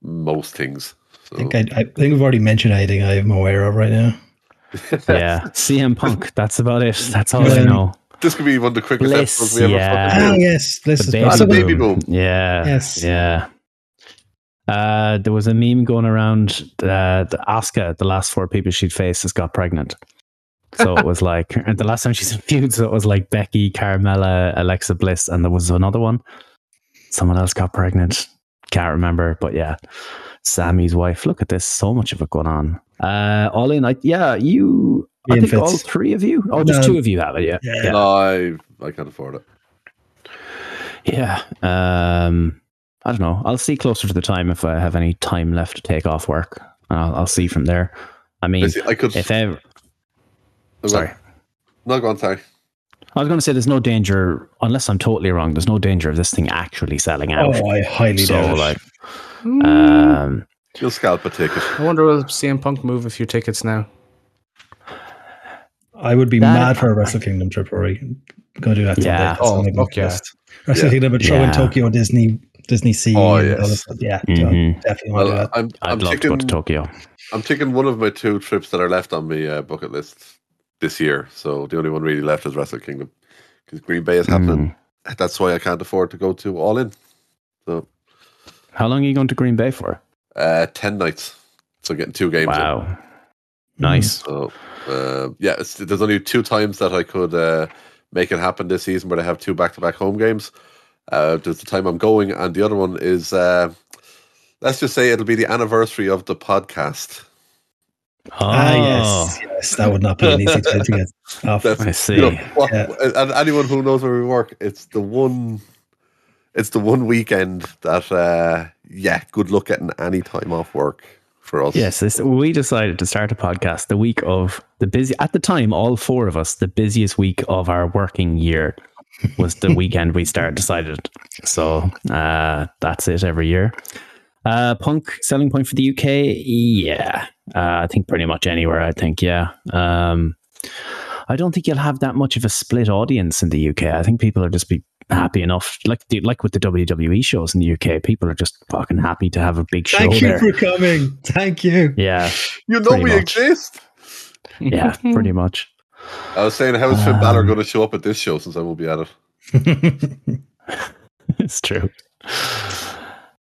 F: most things. So.
G: I think, I, I think we've already mentioned anything I'm aware of right now.
D: Yeah. CM Punk. That's about it. That's all I
G: Um,
D: know.
F: This could be one of the quickest
D: Bliss,
F: episodes we ever
D: yeah.
F: fucking
G: Oh,
F: did.
G: yes. This is
D: The
F: Ah,
D: baby,
F: the
G: possible.
F: baby boom.
D: Yeah.
G: Yes.
D: Yeah. Uh, there was a meme going around uh, that Asuka, the last four people she'd faced, has got pregnant. So it was like and the last time she's in feud, so it was like Becky, Carmella, Alexa Bliss, and there was another one. Someone else got pregnant. Can't remember, but yeah. Sammy's wife. Look at this. So much of it going on. Uh, all in. I, yeah, you. I
G: Ian
D: think all
G: Fitz.
D: three of you. Oh, just
G: No.
D: two of you have it. Yeah. Yeah.
F: No, I, I can't afford it.
D: Yeah. Um, I don't know. I'll see closer to the time if I have any time left to take off work. And I'll, I'll see from there. I mean,
F: Basically, I could.
D: if ever.
F: I'm
D: Sorry.
F: Not going sorry.
D: I was going to say there's no danger, unless I'm totally wrong. There's no danger of this thing actually selling out.
G: Oh, I highly
D: so
G: doubt it.
D: like,
G: Mm.
D: um,
F: You'll scalp a ticket.
E: I wonder will CM Punk move a few tickets now?
G: I would be
D: That-
G: mad for a Wrestle Kingdom trip, Rory. Going to do that.
D: Yeah.
G: someday. That's
E: Oh,
G: on my bucket
E: fuck yeah.
G: list. Wrestle
F: Yeah.
G: Kingdom, but show
D: Yeah.
G: in Tokyo, Disney, Disney Sea.
F: Oh,
G: and all
F: yes.
G: this stuff. Yeah,
D: Mhm.
G: definitely want to do
F: Well,
G: that.
F: I'm,
D: I'd
F: I'm
D: love to go to
F: taking
D: Tokyo.
F: I'm taking one of my two trips that are left on my uh, bucket list this year. So the only one really left is Wrestle Kingdom because Green Bay is happening.
D: Hmm.
F: That's why I can't afford to go to All In. So
D: Hmm. How long are you going to Green Bay for?
F: uh, ten nights. So getting two games. in.
D: Wow,
G: Mm-hmm.
D: nice.
F: So uh, yeah, it's, there's only two times that I could uh, make it happen this season where they have two back-to-back home games. Uh, there's the time I'm going, and the other one is uh, let's just say it'll be the anniversary of the podcast.
G: Ah,
D: Oh.
G: yes, yes. That would not be an easy time to get off.
F: That's-
D: I see.
F: you know, what-
G: Yeah.
F: and anyone who knows where we work, it's the one, it's the one weekend that, uh, yeah, good luck getting any time off work for us.
D: Yes, this, we decided to start a podcast the week of the busy. At the time, all four of us, the busiest week of our working year, was the weekend we started. Decided, so uh, that's it every year. Uh, punk selling point for the UK, yeah, uh, I think pretty much anywhere. I think, yeah. Um, I don't think you'll have that much of a split audience in the UK. I think people are just be happy enough, like the, like with the WWE shows in the UK, people are just fucking happy to have a big show
G: Thank you
D: there.
G: for coming. Thank you.
D: yeah,
F: you know
D: pretty
F: we
D: much.
F: exist.
D: yeah, pretty much.
F: I was saying, how is Finn Balor
D: Um,
F: going to show up at this show since I won't be at it?
D: It's true.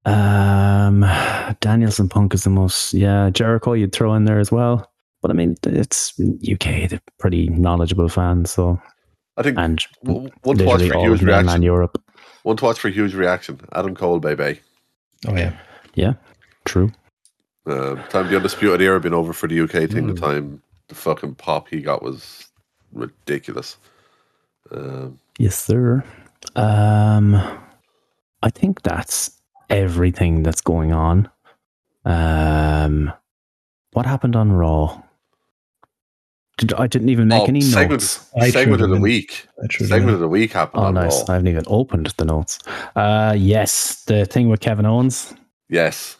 D: Um, Danielson Punk is the most, yeah, Jericho you'd throw in there as well. But I mean, it's UK, they're pretty knowledgeable fans. So,
F: I think
D: and
F: w- one to watch
D: literally
F: for
D: all
F: huge
D: of mainland
F: reaction.
D: Europe.
F: One to watch for huge reaction. Adam Cole, baby.
G: Oh yeah.
D: True.
F: Uh, time the undisputed era been over for the UK thing.
D: Mm.
F: The time the fucking pop he got was ridiculous. Um,
D: Yes, sir. Um, I think that's everything that's going on. Um, what happened on Raw? Did, I didn't even make
F: oh,
D: any
F: segment,
D: notes.
G: I
F: segment of
G: should've
F: the
G: been-
F: week.
G: I truly
F: Segment of the week happened
D: Oh,
F: on
D: nice.
F: Raw.
D: I haven't even opened the notes. Uh, yes, the thing with Kevin Owens.
F: Yes.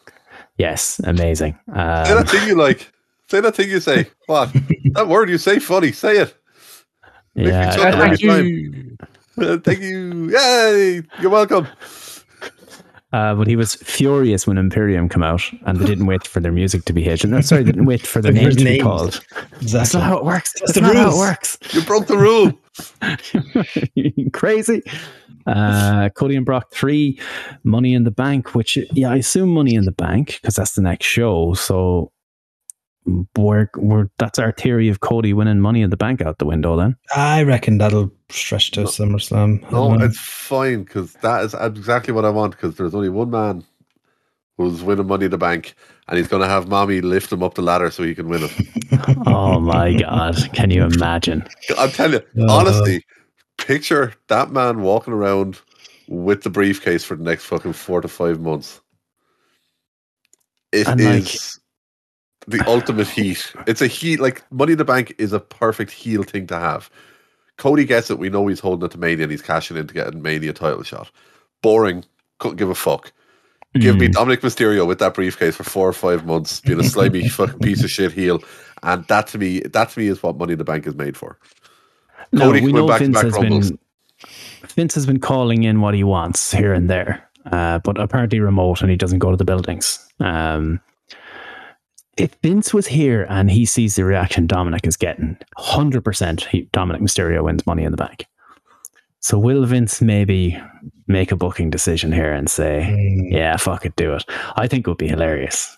D: Yes, amazing.
F: Say
D: Um,
F: that thing you like. Say that thing you say. What? that word you say funny. Say it. Makes me
D: yeah,
F: chuckle
D: uh,
F: every time. Uh, Thank you. Yay. You're welcome.
D: uh, but he was furious when Imperium come out, and they didn't wait for their music to be hit. And sorry, they didn't wait for their
G: For
D: name
G: their
D: to be
G: names.
D: called. That's
G: Exactly.
D: not how it works. That's,
G: the
D: not how
G: rules.
D: it works.
F: You broke the rule.
D: Crazy. Uh, Cody and Brock three, Money in the Bank. Which yeah, I assume Money in the Bank because that's the next show. So we're, we're that's our theory of Cody winning Money in the Bank out the window. Then
G: I reckon that'll stretch to SummerSlam. I
F: No,
G: don't know.
F: it's fine because that is exactly what I want because there's only one man who's winning money in the bank and he's going to have mommy lift him up the ladder so he can win it.
D: Oh my God. Can you imagine?
F: I'm telling you,
G: Uh.
F: honestly, picture that man walking around with the briefcase for the next fucking four to five months. It
D: And, like-
F: is the ultimate heat. It's a heat like Money in the Bank is a perfect heel thing to have. Cody gets it. We know he's holding it to Mania and he's cashing in to get a Mania title shot. Boring. Couldn't give a fuck. Give
D: Hmm.
F: me Dominic Mysterio with that briefcase for four or five months, being a slimy fucking piece of shit heel, and that to me, that to me is what Money in the Bank is made for.
D: No,
F: Cody
D: we
F: coming
D: know
F: back to
D: Vince
F: back
D: has
F: Rumbles.
D: been Vince has been calling in what he wants here and there, uh, but apparently remote, and he doesn't go to the buildings. Um, if Vince was here and he sees the reaction Dominic is getting, hundred percent, Dominic Mysterio wins Money in the Bank. So will Vince maybe make a booking decision here and say,
G: Mm.
D: "Yeah, fuck it, do it"? I think it would be hilarious,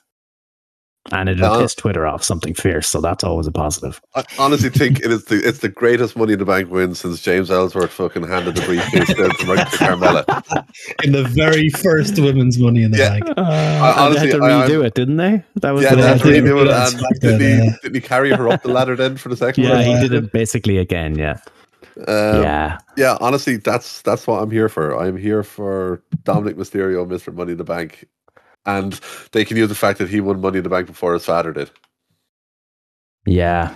D: and it'd
F: Uh,
D: piss Twitter off something fierce. So that's always a positive.
F: I honestly think it is the it's the greatest Money in the Bank win since James Ellsworth fucking handed the briefcase down to Mar- to Carmella.
G: in the very first women's Money in the
F: Yeah.
G: Bank.
D: Uh, And they
F: honestly,
D: had to
F: I-
D: redo it, didn't they? That was
F: Yeah,
D: the
F: they
G: they had
F: had
D: last
F: to
G: to
D: thing.
G: redo
F: redo it,
G: Yeah.
F: and didn't he,
G: Yeah.
F: didn't he carry her up the ladder then for the second
D: Yeah,
F: one?
D: he did it basically again. Yeah,
F: Um, yeah.
D: yeah.
F: honestly, that's that's what I'm here for. I'm here for Dominic Mysterio, Mr. Money in the Bank. And they can use the fact that he won Money in the Bank before his father did.
D: Yeah.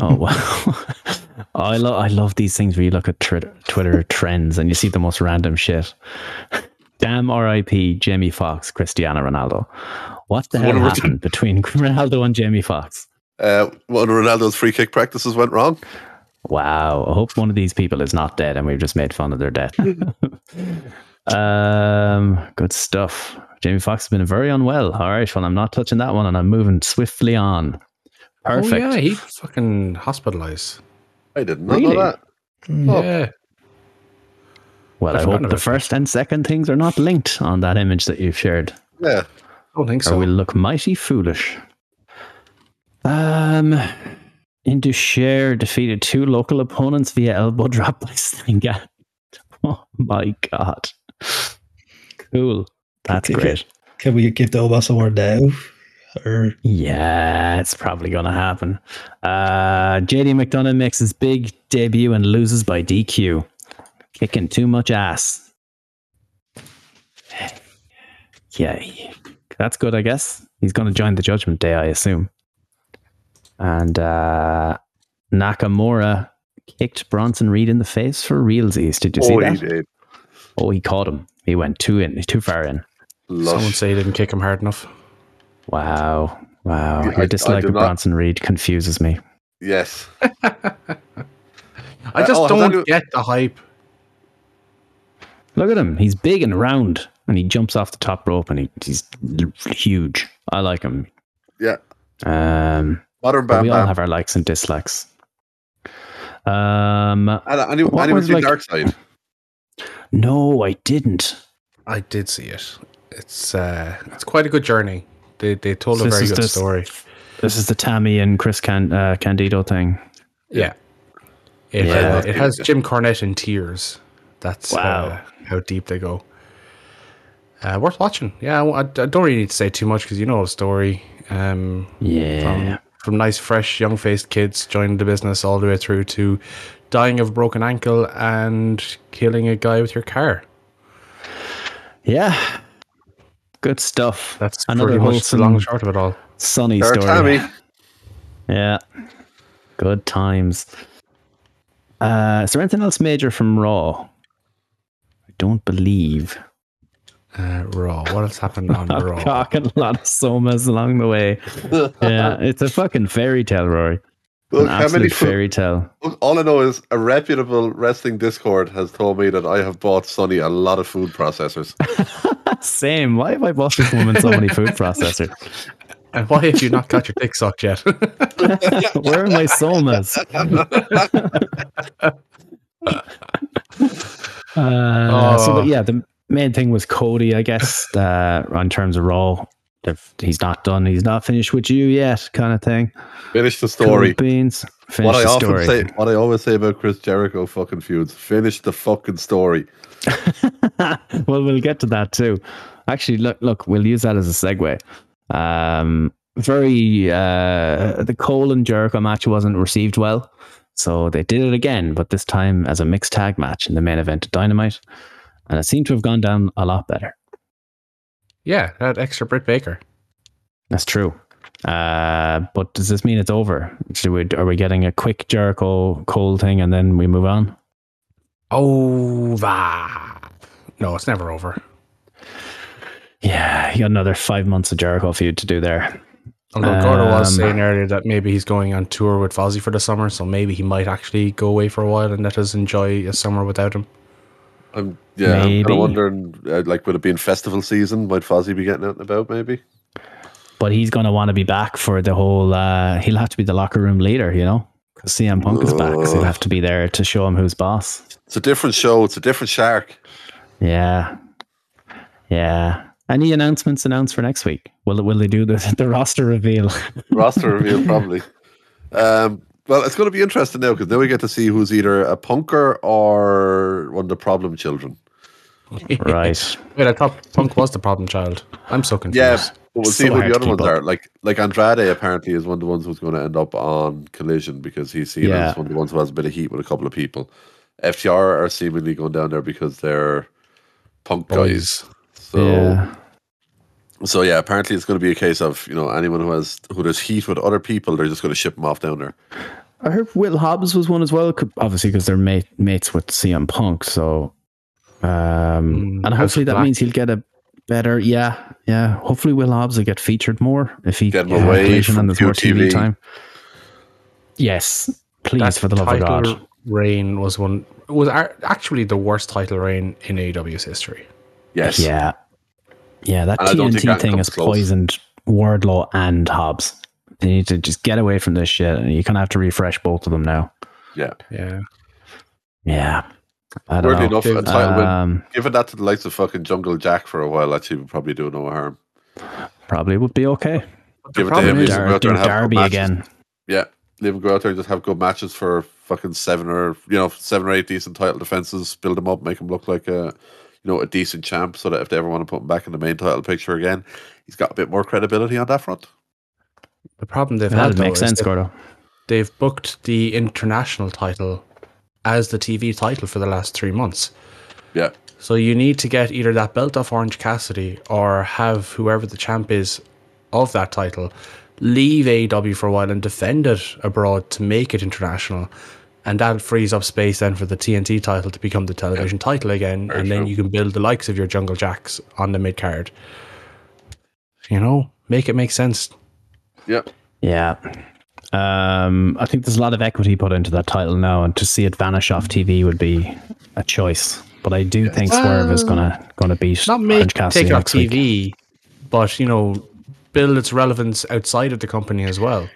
D: Oh wow. I love I love these things where you look at Twitter, Twitter trends and you see the most random shit. Damn R.I.P. Jamie Fox, Cristiano Ronaldo. What the hell
F: What a ret-
D: happened between Ronaldo and Jamie Fox?
F: Uh, one of Ronaldo's free kick practices went wrong.
D: Wow. I hope one of these people is not dead and we've just made fun of their death. um, good stuff. Jamie Fox has been very unwell. All right. Well, I'm not touching that one and I'm moving swiftly on. Perfect.
E: Oh, yeah, he fucking hospitalized.
F: I did not
D: Really?
F: know that. Oh.
E: Yeah.
D: Well,
E: I
D: I,
E: forgot
D: hope
E: about
D: the
E: that.
D: first and second things are not linked on that image that you've shared,
F: Yeah.
E: I don't think
D: or
E: so.
D: we'll look mighty foolish. Um, Indushare defeated two local opponents via elbow drop by Stenga. Oh my god! Cool. That's
G: Okay.
D: great.
G: Can we give the Obas award now? Or
D: Yeah, it's probably going to happen. Uh, JD McDonough makes his big debut and loses by DQ, kicking too much ass. Yay. That's good, I guess. He's going to join the Judgment Day, I assume. And uh, Nakamura kicked Bronson Reed in the face for realsies. Did you see
F: Oh, he
D: that?
F: did.
D: Oh, he caught him. He went too in, too far in.
E: Someone
F: Lush.
E: say he didn't kick him hard enough.
D: Wow. Wow.
F: Yeah, I- I
D: Your dislike
F: do
D: of
F: not-
D: Bronson Reed confuses me.
F: Yes.
E: I
F: Uh,
E: just
F: oh, has
E: don't
F: anyone-
E: get the hype.
D: Look at him. He's big and round, and he jumps off the top rope, and he, he's l- huge. I like him.
F: Yeah.
D: Um,
F: Modern
D: but
F: Bam
D: we all
F: Bam.
D: have our likes and dislikes. Um,
F: And I knew,
D: What
F: I knew
D: was, like-
F: Dark Side.
D: no, I didn't.
E: I did see it. It's uh, it's quite a good journey. They they told
D: So
E: a
D: this
E: very
D: is
E: good
D: just-
E: story.
D: This is the Tammy and Chris Can- uh, Candido thing.
E: Yeah. It,
D: Yeah.
E: uh, it has Jim Cornette in tears. That's
D: Wow.
E: uh, how deep they go. Uh, worth watching. Yeah, I, I don't really need to say too much because you know the story. Um, from,
D: Yeah,
E: from nice, fresh, young faced kids joining the business all the way through to dying of a broken ankle and killing a guy with your car.
D: yeah. Good stuff.
E: That's
D: another
E: pretty much the
D: wholesome,
E: long and short of it all.
D: sunny
F: Dark
D: story.
F: Tammy.
D: Yeah. Good times. Uh, is there anything else major from Raw? I don't believe.
E: Uh, Raw. What else happened on
D: I'm
E: Raw?
D: talking a lot of somas along the way. yeah, it's a fucking fairy tale, Rory.
F: Look,
D: An
F: how many
D: absolute
F: fo-
D: fairy tale.
F: Look, all I know is a reputable wrestling Discord has told me that I have bought Sonny a lot of food processors.
D: Same. Why have I bought this woman so many food processors?
E: And why have you not got your dick sucked yet?
D: Where are my somas? uh, So
E: Oh.
D: but yeah, the main thing was Cody, I guess. Uh, on terms of Raw, if he's not done. He's not finished with you yet, kind of thing.
F: Finish the story.
D: Cool beans. Finish
F: what I
D: the
F: often
D: story.
F: say, what I always say about Chris Jericho fucking feuds, finish the fucking story.
D: well, we'll get to that too. Actually, look, look, we'll use that as a segue. Um, very uh, the Cole and Jericho match wasn't received well, so they did it again, but this time as a mixed tag match in the main event of Dynamite, and it seemed to have gone down a lot better.
E: yeah, that extra Britt Baker.
D: That's true. Uh, but does this mean it's over? Should we, are we getting a quick Jericho Cole thing and then we move on?
E: Over. No, it's never over.
D: Yeah, you got another five months of Jericho feud to do there.
E: Although Gordo was
D: Um,
E: saying earlier that maybe he's going on tour with Fozzy for the summer, so maybe he might actually go away for a while and let us enjoy a summer without him.
F: I'm yeah, I'm
D: Maybe.
F: kinda wondering uh, like would it be in festival season? Might Fozzy be getting out and about maybe?
D: but he's going to want to be back for the whole. Uh, he'll have to be the locker room leader, you know, because CM Punk is back, so he'll have to be there to show him who's boss.
F: It's a different show, it's a different shark.
D: Yeah, yeah. Any announcements announced for next week? Will will they do the the roster reveal?
F: roster reveal probably. Um, well, it's going to be interesting now because now we get to see who's either a punker or one of the problem children.
D: right.
E: Wait, I thought Punk was the problem child. I'm so confused.
F: Yeah, but we'll
D: So
F: see who
D: hard
F: the
D: to
F: other ones
D: keep up.
F: are. Like, like Andrade apparently is one of the ones who's going to end up on Collision because he's seen
D: Yeah.
F: as one of the ones who has a bit of heat with a couple of people. FTR are seemingly going down there because they're punk guys. So,
D: yeah.
F: so yeah, apparently it's going to be a case of you know anyone who has who does heat with other people, they're just going to ship them off down there.
D: I heard Will Hobbs was one as well, c- obviously because they're mate, mates with CM Punk. So, um,
E: Mm,
D: and
E: that's
D: hopefully that
E: black.
D: means he'll get a better. Yeah, yeah. Hopefully Will Hobbs will get featured more if he
F: Get him
D: yeah,
F: away
D: plays him
F: from
D: and there's more TV,
F: QTV.
D: time. Yes, please for the love of
E: title
D: God.
E: reign was one was ar- actually the worst title reign in AEW's history.
F: Yes.
D: Yeah, yeah. That
F: And I don't think
D: TNT
F: that
D: thing
F: comes
D: has
F: close.
D: poisoned Wardlow and Hobbs. They need to just get away from this shit, and you kind of have to refresh both of them now.
F: Yeah.
E: Yeah,
D: Yeah, I don't
F: Weirdly
D: know.
F: enough, a
E: Dude,
F: title win-
D: um,
F: giving that to the likes of fucking Jungle Jack for a while actually would probably do no harm.
D: probably would be okay.
F: Give it to E
E: problem
F: him.
E: is-
F: he's gonna go
D: Dar-
F: out
D: do
F: there and have good
D: Derby
F: matches.
D: again.
F: Yeah. Leave him go out there and just have good matches for fucking seven or you know seven or eight decent title defenses. Build him up, make him look like a you know a decent champ, so that if they ever want to put him back in the main title picture again, he's got a bit more credibility on that front.
E: the problem they've
D: That
E: had
D: would
E: though
D: make
E: is
D: sense,
E: that
D: Gordo.
E: they've booked the international title as the TV title for the last three months.
F: Yeah.
E: So you need to get either that belt off Orange Cassidy or have whoever the champ is of that title leave AEW for a while and defend it abroad to make it international. And that frees up space then for the TNT title to become the television title again. and then you can build the likes of your Jungle Jacks on the mid card. You know, make it make sense.
F: Yeah.
D: Yeah. Um, I think there's a lot of equity put into that title now, and to see it vanish off TV would be a choice. But I do think Swerve is gonna gonna beat
E: Uh, Not
D: Orange
E: make
D: Cassidy
E: take it off
D: next week.
E: TV, but you know, build its relevance outside of the company as well.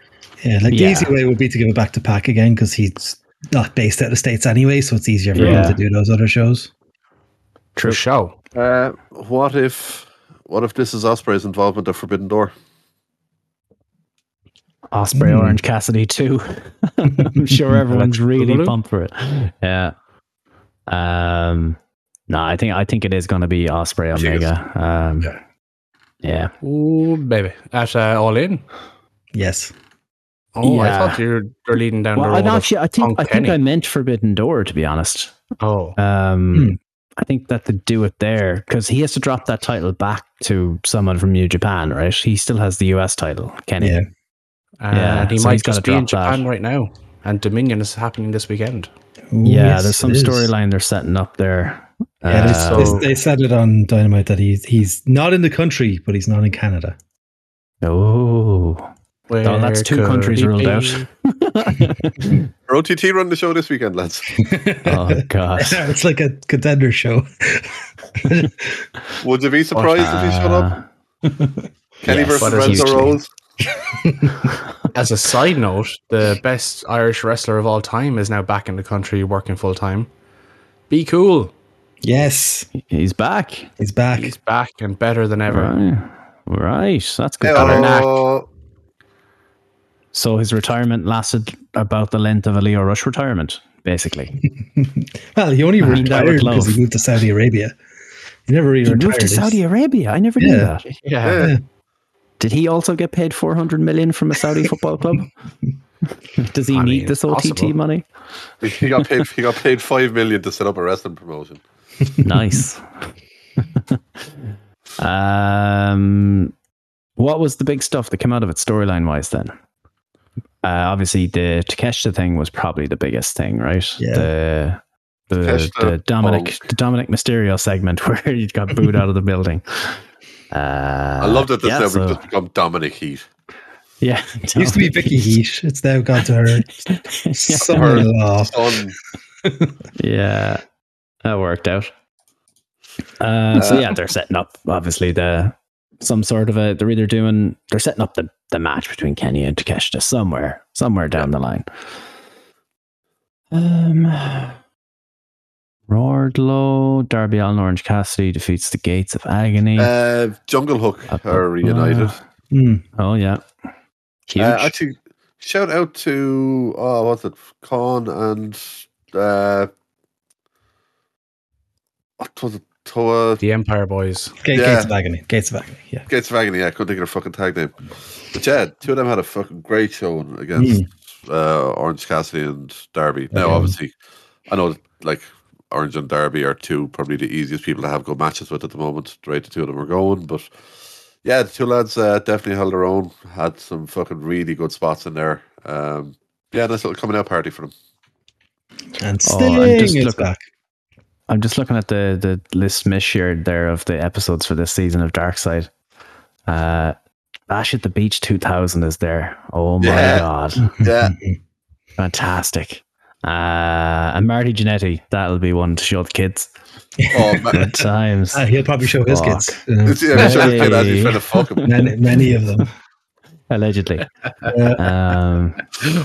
G: Yeah, like
D: Yeah.
G: the easy way would be to give it back to Pac again because he's not based out of the states anyway, so it's easier for
D: Yeah.
G: him to do those other shows.
E: True show.
F: Uh, what if what if this is Osprey's involvement at Forbidden Door?
D: Osprey
E: Hmm.
D: Orange Cassidy too. I'm sure everyone's really
E: Boogaloo?
D: pumped for it. Yeah. Um. No, I think I think it is gonna be Osprey
F: think it's-
D: Omega. Um. Yeah. Yeah.
E: Ooh, baby, at uh, all in.
G: Yes.
E: Oh,
D: Yeah.
E: I thought you're they're leading down
D: Well,
E: the road.
D: I
E: of
D: actually I think
E: Punk
D: I think
E: Kenny.
D: I meant Forbidden Door to be honest.
E: oh,
D: Um,
G: Hmm.
D: I think that to do it there because he has to drop that title back to someone from New Japan, right? He still has the US title, Kenny.
G: Yeah.
E: and
D: yeah,
E: he
D: so he's
E: might
D: gotta
E: just be in
D: drop that.
E: Japan right now. And Dominion is happening this weekend.
G: Ooh,
D: Yeah,
G: yes,
D: there's some
G: it is.
D: storyline they're setting up there.
G: Yeah,
D: Uh,
G: there's-
E: so-
G: there's- they said it on Dynamite that he's he's not in the country, but he's not in Canada.
D: Uh, oh, no, that's
E: Where
D: two
E: could
D: countries
E: he
D: ruled
E: be?
D: out.
F: Or OTT run the show this weekend, lads.
D: Oh gosh,
G: it's like a contender show.
F: Would you be surprised if he showed up?
D: Uh,
F: Kenny
D: yes.
F: versus
E: But it's
F: Renzo
D: hugely-
F: Rose.
E: As a side note, the best Irish wrestler of all time is now back in the country working full time. Be cool.
G: yes,
D: he's back.
G: he's back.
E: He's back and better than ever.
D: Right. Right, that's good.
F: Hello.
D: So his retirement lasted about the length of a Leo Rush retirement, basically.
G: well, he only
D: And I would
G: retired Ah, because
D: love-
G: he moved to Saudi Arabia. He never really
D: He
G: retired.
D: moved to
G: It's-
D: Saudi Arabia. I never knew
G: Yeah.
D: that.
E: Yeah.
D: Did he also get paid 400 million from a Saudi football club? Does he
E: I
D: need
E: mean,
D: this
E: it's
D: OTT
E: possible.
D: money?
F: He got paid. He got paid five million to set up a wrestling promotion.
D: Nice. um, what was the big stuff that came out of it storyline wise then? Uh, obviously, the Takeshita thing was probably the biggest thing, right?
G: Yeah.
D: The, the,
F: Takeshita,
D: the Dominic
F: Oh.
D: the Dominic Mysterio segment where he got booed out of the building. Uh,
F: I love that this
D: yeah,
F: now
D: so-
F: we've just become Dominic Heat.
D: yeah,
G: It used to be Vicky Heat. It's now gone to her son-in-law.
F: Son,
D: Yeah, that worked out. Uh, so yeah, they're setting up obviously the some sort of a they're either doing they're setting up the, the match between Kenny and Takeshita somewhere somewhere down the line. Um, Wardlow, Darby Allin, Orange Cassidy defeats the Gates of Agony.
F: uh, Jungle
D: Uh,
F: Hook are reunited.
G: Hmm.
D: oh yeah, huge.
F: Uh, actually, shout out to oh, what's it? Con and uh, what was it? Toa
E: The Empire Boys.
G: Ga-
F: Yeah.
G: Gates of Agony. Gates of Agony. Yeah.
F: Gates of Agony. Yeah, I couldn't think of their fucking tag name. But yeah, two of them had a fucking great show against uh, Orange Cassidy and Derby. Now,
G: Yeah.
F: obviously, I know like Orange and Derby are two probably the easiest people to have good matches with at the moment. The way the two of them are going, but yeah, the two lads uh, definitely held their own. Had some fucking really good spots in there. Um, Yeah, nice little coming out party for them.
G: And
D: Oh,
G: Sting
D: and just
G: is
D: look-
G: back.
D: I'm just looking at the the list Mish shared there of the episodes for this season of Dark Side. Uh, Bash at the Beach 2000 is there. Oh my
F: Yeah.
D: god,
F: Yeah,
D: fantastic! Uh, and Marty Jannetty, that'll be one to show the kids.
F: oh, man.
D: Good times.
G: Uh, he'll probably show his
D: Fuck.
G: kids. you know,
F: yeah, I'm sure this kid has
D: Hey.
F: you trying to fuck him.
G: many, many of them.
D: Allegedly.
G: Yeah.
D: Um,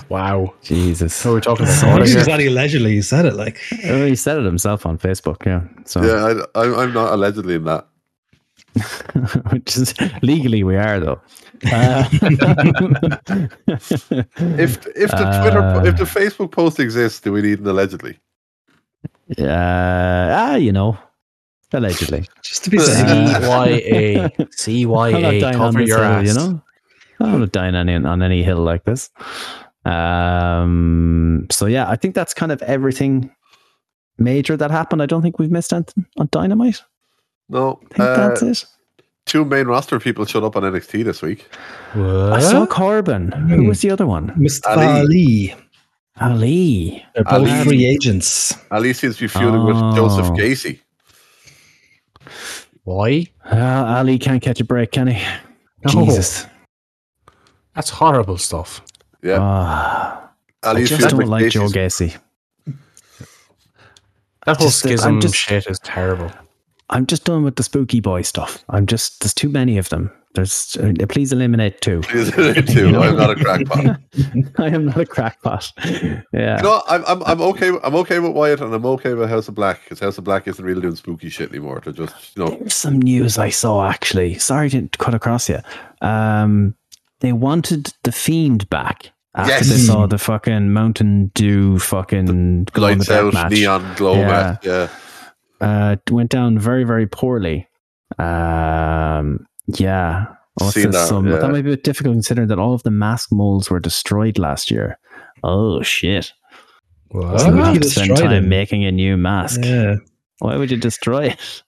E: Wow.
D: Jesus.
E: So we're talking about
D: Sorry.
E: Sorry.
G: He's
E: here.
G: glad he allegedly he said it. Like,
D: Oh, he said it himself on Facebook. Yeah. So,
F: Yeah, I, I, I'm not allegedly in that.
D: which is legally we are though. Uh,
F: If if the
D: Uh,
F: Twitter if the Facebook post exists, do we need an allegedly?
D: uh, ah, you know, allegedly.
G: just to be safe.
E: CYA.
D: I'm not
E: CYA.
D: dying on
E: Cover
D: this
E: your
D: hill,
E: ass.
D: you know. I'm not dying on, on any hill like this. Um. So yeah, I think that's kind of everything major that happened. I don't think we've missed anything on Dynamite.
F: No,
D: I think
F: uh,
D: that's it.
F: two main roster people showed up on NXT this week.
D: I saw
E: What?
D: Corbin.
E: Hmm.
D: Who was the other one?
G: Mustafa
F: Ali.
G: Ali.
D: Ali.
G: They're both
F: Ali.
G: free agents.
F: Ali seems to be feuding
D: Oh.
F: with Joseph Gacy.
E: Why?
D: Ah, Ali can't catch a break, can he?
E: No.
D: Jesus.
E: That's horrible stuff.
F: Yeah,
D: Ah, I
F: Ali
D: just
F: feuding
D: don't
F: with
D: like
F: Gacy's-
D: Joe Gacy.
E: That whole
D: Just- I'm
E: schism
D: just-
E: shit is terrible.
D: I'm just done with the spooky boy stuff. I'm just there's too many of them. There's uh, please eliminate two.
F: too. I'm not a crackpot.
D: I am not a crackpot. Yeah.
F: You know, I'm, I'm I'm okay. I'm okay with Wyatt, and I'm okay with House of Black because House of Black isn't really doing spooky shit anymore. They're just you know,
D: There's some news I saw actually. Sorry to cut across you. Um, they wanted the fiend back after
F: Yes.
D: they saw
G: Hmm.
D: the fucking Mountain Dew fucking glow in the
F: lights
D: dark
F: out,
D: match.
F: neon glow
D: Yeah.
F: match. Yeah,
D: Uh, it went down very very poorly. Um, yeah. What's
F: Seen
D: this
F: that,
D: sum?
F: yeah.
D: That might be a bit difficult considering that all of the mask molds were destroyed last year. Oh shit!
E: What?
D: So we
G: would
D: have
G: you
D: to spend
G: destroy
D: time
G: them?
D: making a new mask.
G: Yeah.
D: Why would you destroy it?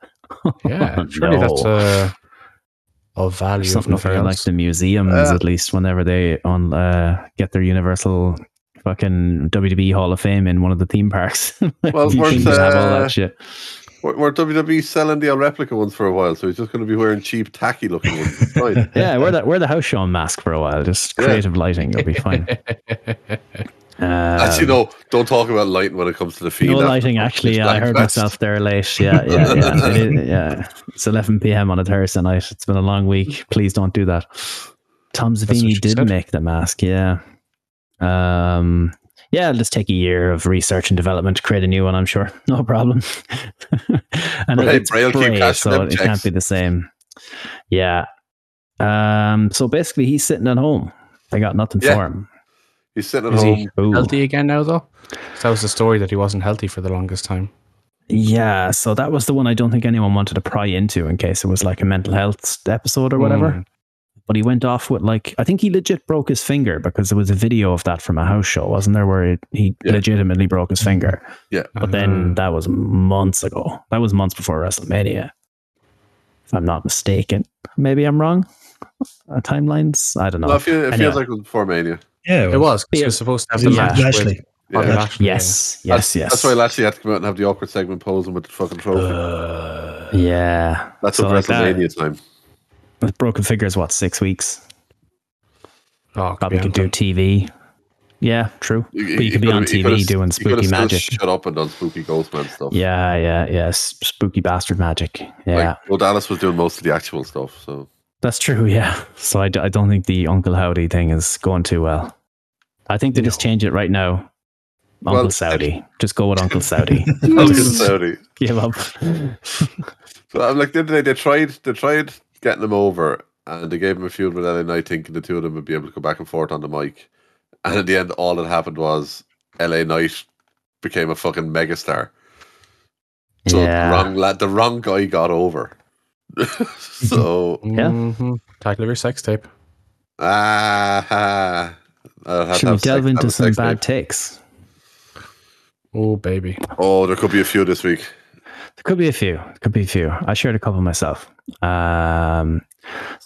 E: Yeah, surely
D: No.
E: that's uh, of value.
D: something
E: if nothing
D: for like
E: else.
D: the museums
F: Uh,
D: at least whenever they on uh, get their universal fucking WWE Hall of Fame in one of the theme parks.
F: Well,
D: you
F: where's,
D: can just have all
F: uh,
D: that shit.
F: we're, we're WWE selling the replica ones for a while, so he's just going to be wearing cheap, tacky looking ones. It's fine.
D: Yeah, wear that wear the house show mask for a while. Just
F: Yeah.
D: creative lighting, it'll be fine.
F: As you
D: Um,
F: know, don't talk about lighting when it comes to the feed.
D: no
F: after-
D: lighting, actually.
F: it's
D: Yeah, I
F: Black
D: heard
F: Fest.
D: myself there late. Yeah, yeah, yeah. It is, yeah. It's 11 p.m. on a Thursday night. It's been a long week. Please don't do that. Tom
E: what
D: Savini
E: she
D: did
E: said.
D: make the mask. Yeah. Um. Yeah, it'll just take a year of research and development to create a new one. I'm sure, no problem. and
F: Right,
D: it's
F: Braille keep
D: Bray,
F: cashing
D: so
F: them
D: it can't
F: checks.
D: be the same. Yeah. Um. So basically, he's sitting at home. They got nothing
F: Yeah.
D: for him.
F: He's sitting at
D: Is
F: home.
D: he? Ooh.
E: healthy again now, though. 'Cause That was the story that he wasn't healthy for the longest time.
D: Yeah, so that was the one I don't think anyone wanted to pry into in case it was like a mental health episode or whatever.
E: Mm.
D: But he went off with like I think he legit broke his finger because there was a video of that from a house show, wasn't there, where it, he
F: Yeah.
D: legitimately broke his finger.
F: Yeah.
D: But then that was months ago. That was months before WrestleMania. If I'm not mistaken. Maybe I'm wrong. Uh, timelines? I don't know.
F: Well, it feels, it
D: Anyway.
F: feels like it was before Mania.
G: Yeah.
E: it was. 'cause He
D: Yeah.
E: was supposed to have
G: It
E: the
G: was
E: match.
G: Lashley.
E: with
F: Yeah.
E: Bobby Lashley.
D: yes, yes,
F: That's-
D: yes.
F: That's why Lashley had to come out and have the awkward segment posing with the fucking trophy.
D: yeah.
F: That's
D: so
F: what
D: like that.
F: WrestleMania time.
D: With broken finger is what, six weeks?
E: Oh,
D: Probably could do TV. Yeah, true.
F: You-
D: but you could be
F: could've-
D: on
F: you could've-
D: TV
F: you
D: doing
F: could've
D: spooky
F: still
D: magic.
F: Shut up and done spooky ghost man stuff.
D: yeah, yeah, yeah. s- Spooky bastard magic. Yeah,
F: Like, well, Dallas was doing most of the actual stuff. So
D: that's true. Yeah. So I, d- I don't think the Uncle Howdy thing is going too well. I think they just change it right now. Uncle
F: Well,
D: Saudi. Just go with Uncle Saudi.
F: Uncle Saudi.
D: Give up.
F: So I'm like the other day they tried they tried getting him over and they gave him a feud with LA Knight thinking the two of them would be able to go back and forth on the mic. And in the end all that happened was LA Knight became a fucking megastar. So
D: yeah.
F: the wrong lad the wrong guy got over. so
D: Yeah.
E: hmm Title of your sex tape.
F: ah ha. I'll have to
D: Should
F: have
D: we
F: sex-
D: delve
F: have
D: into
F: a
D: some
F: sex
D: bad
F: tape.
D: takes?
E: Oh, baby.
F: Oh, there could be a few this week.
D: There could be a few. There could be a few. I shared a couple myself. Um,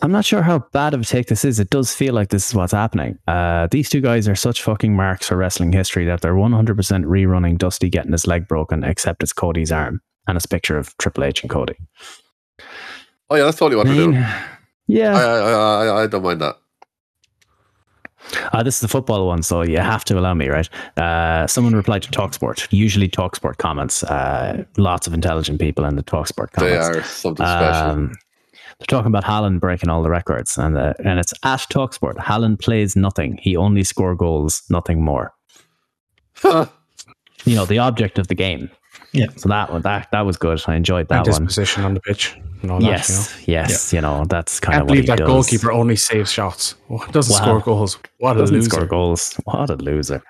D: I'm not sure how bad of a take this is. It does feel like this is what's happening. Uh, these two guys are such fucking marks for wrestling history that they're 100% rerunning Dusty getting his leg broken, except it's Cody's arm. And it's a picture of Triple H and Cody.
F: Oh yeah, that's totally what to do.
D: Main- yeah.
F: I, I, I, I- I don't mind that.
D: Uh, this is the football one, so you have to allow me, right? Uh, someone replied to Talksport. Usually, Talksport comments. Uh, lots of intelligent people in the Talksport comments.
F: They are something special.
D: Um, they're talking about Haaland breaking all the records, and uh, and it's at Talksport. Haaland plays nothing; he only score goals, nothing more. You know, the object of the game.
G: Yeah.
D: So that one, that that was good. I enjoyed
E: and
D: that
E: his
D: one.
E: position on the pitch. And all
D: Yes,
E: that, you know.
D: yes, you know that's kind
E: Can't
D: of what he
E: believe that
D: does.
E: goalkeeper only saves shots. Well, doesn't
D: Wow.
E: score goals. What a
D: doesn't
E: loser!
D: score goals. What a loser.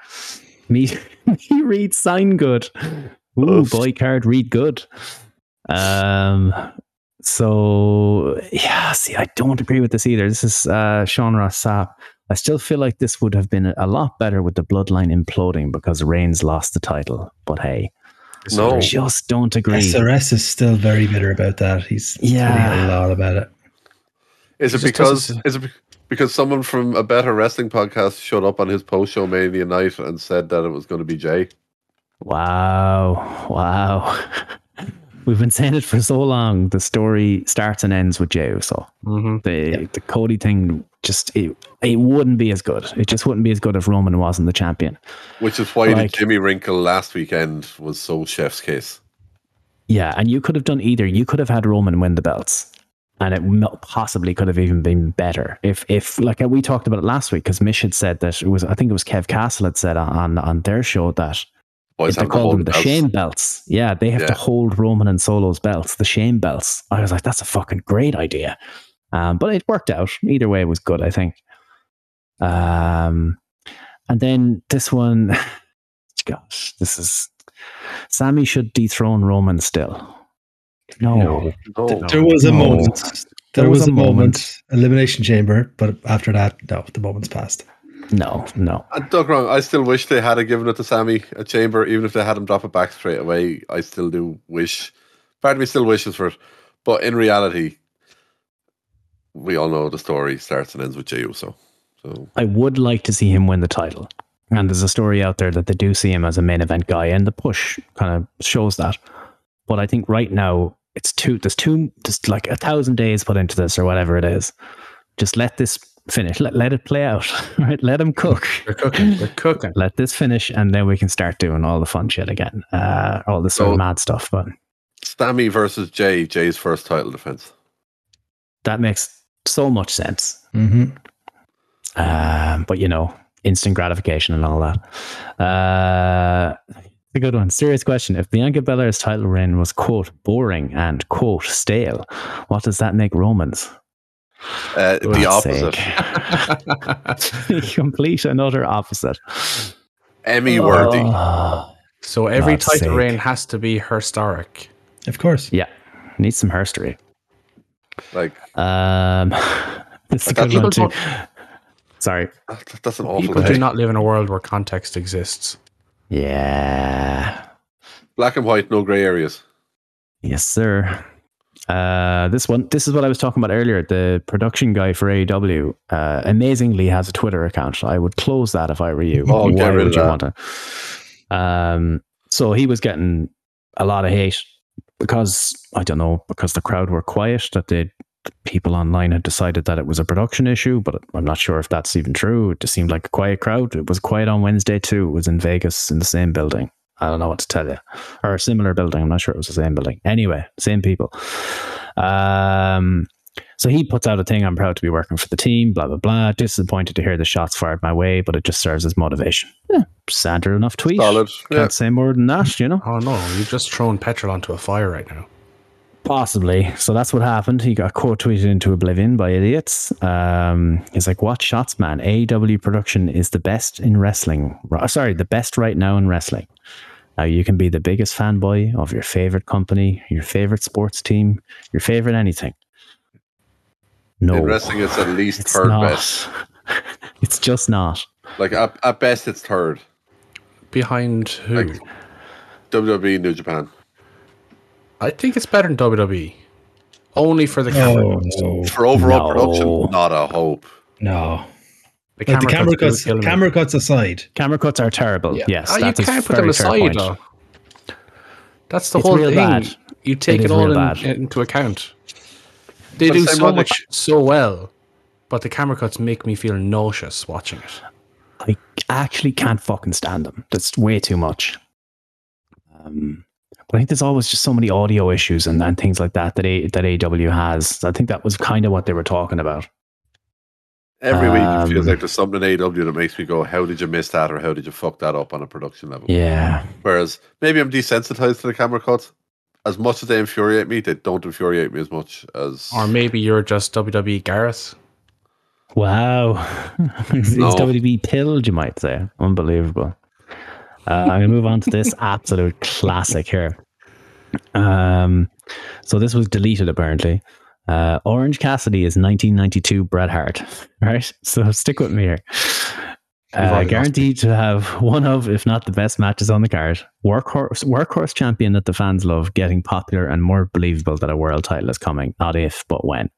D: Me, me read sign good. Ooh, boy card read good. Um, so yeah, see, I don't agree with this either. This is uh, Sean Rossap. I still feel like this would have been a lot better with the bloodline imploding because Reigns lost the title. But hey,
F: no,
D: I just don't agree.
G: SRS is still very bitter about that. He's
D: Yeah.
G: tweeting a lot about it.
F: is it
E: just
F: because
E: doesn't-
F: is it be- because someone from a better wrestling podcast showed up on his post show Mania night and said that it was going to be Jay?
D: Wow. Wow. We've been saying it for so long. The story starts and ends with Jey Uso.
E: Mhm.
D: The the Cody thing just it, it wouldn't be as good. It just wouldn't be as good if Roman wasn't the champion.
F: Which is why
D: Like-
F: the Jimmy Wrinkle last weekend was so chef's kiss.
D: Yeah, and you could have done either. You could have had Roman win the belts, and it mo- possibly could have even been better if if like uh, we talked about it last week because Mish had said that it was I think it was Kev Castle had said on on their show that
F: Boys
D: If they
F: have
D: call them the
F: holdouts.
D: shame belts. Yeah, they have to
F: Yeah.
D: hold Roman and Solo's belts, the shame belts. I was like, that's a fucking great idea. Um, but it worked out. Either way, it was good, I think. Um, and then this one, gosh, this is Sammy should dethrone Roman still. No,
F: No.
G: There was a
D: No.
G: moment. There, was, a moment.
D: moment.
G: Elimination chamber, but after that, no, the moment's passed.
D: no, no.
F: And Uh, don't get me wrong, I still wish they had given it to Sammy a chamber, even if they had him drop it back straight away. I still do wish. Part of me still wishes for it. But in reality, we all know the story starts and ends with Jey Uso. So
D: I would like to see him win the title. And there's a story out there that they do see him as a main event guy, and the push kind of shows that. But I think right now it's two. There's two. There's like a thousand days put into this, or whatever it is. Just let this finish. Let let it play out. Right. Let him cook.
E: They're cooking. They're cooking.
D: Let this finish, and then we can start doing all the fun shit again. Uh, all this sort
F: So-
D: of mad stuff. But
F: Sammy versus Jay, Jay's first title defense.
D: that makes so much sense.
G: Mm-hmm.
D: Um, but you know, instant gratification and all that. Uh, it's a good one. Serious question. If Bianca Belair's title reign was quote boring and quote stale, what does that make Romans?
F: Uh, the opposite.
D: Complete and utter opposite.
F: Emmy worthy.
D: Oh,
E: So every
D: God's
E: title
D: sake.
E: reign has to be historic.
G: Of course.
D: yeah. Needs some herstory.
F: Like,
D: Um this is a
F: Like,
D: good
E: people
D: one too.
E: don't-
D: Sorry.
F: that- that's an awful
E: People do
F: take.
E: not live in a world where context exists.
D: Yeah.
F: Black and white, no grey areas.
D: Yes, sir. Uh, this one, this is what I was talking about earlier. The production guy for AEW uh, amazingly has a Twitter account. I would close that if I were you.
F: Oh, get
D: Why
F: rid
D: would
F: of
D: you
F: that.
D: want to? Um, so he was getting a lot of hate because I don't know because the crowd were quiet that they the people online had decided that it was a production issue, but I'm not sure if that's even true. It just seemed like a quiet crowd. It was quiet on Wednesday too. It was in Vegas in the same building. I don't know what to tell you. Or a similar building. I'm not sure it was the same building. Anyway, same people. Um, so he puts out a thing I'm proud to be working for the team, blah, blah, blah. Disappointed to hear the shots fired my way, but it just serves as motivation. Yeah, standard enough tweet.
F: Solid.
D: Can't
F: Yeah.
D: say more than that, you know?
E: Oh no, you've just thrown petrol onto a fire right now.
D: Possibly. So that's what happened. He got quote tweeted into oblivion by idiots. Um, he's like, "What shots, man? AEW production is the best in wrestling. Ro- Sorry, the best right now in wrestling. Now you can be the biggest fanboy of your favorite company, your favorite sports team, your favorite anything. No,
F: In wrestling, it's at least
D: it's
F: third
D: not.
F: best.
D: it's just not.
F: Like, at, at best, it's third.
E: Behind who?
F: E Like- WWE, New Japan.
E: I think it's better than WWE. Only for the camera.
G: Oh
E: cuts.
G: no,
F: For overall
D: No.
F: production, not a hope.
G: no.
E: The
G: Like the camera
E: do
G: cuts,
E: kill me.
G: camera cuts aside.
D: Camera cuts are terrible. Yes,
E: Ah, you
D: that's a
E: can't put
D: very
E: them
D: fair
E: aside
D: point.
E: though. That's the
D: It's
E: whole
D: real
E: thing.
D: bad.
E: You take
D: It
E: it,
D: is
E: all
D: real
E: in-
D: bad.
E: into account. They
F: But
E: do
F: same
E: so
F: logic.
E: much so well, but the camera cuts make me feel nauseous watching it.
D: I actually can't fucking stand them. That's way too much. Um, but I think there's always just so many audio issues and, and things like that that a, that AW has. I think that was kind of what they were talking about.
F: Every week
D: Um,
F: it feels like there's something in AW that makes me go, "How did you miss that?" or "How did you fuck that up on a production level?"
D: Yeah,
F: Whereas maybe I'm desensitized to the camera cuts. As much as they infuriate me, they don't infuriate me as much as.
E: Or maybe you're just WWE Gareth.
D: Wow. He's
F: No.
D: WWE pilled, you might say. Unbelievable. Uh, I'm going to move on to this absolute classic here. Um, so this was deleted apparently. Uh, Orange Cassidy is 1992 Bret Hart, right? So stick with me here. Uh,
E: already lost
D: guaranteed to have one of, if not the best matches on the card. Workhorse, workhorse champion that the fans love, getting popular and more believable that a world title is coming. Not if, but when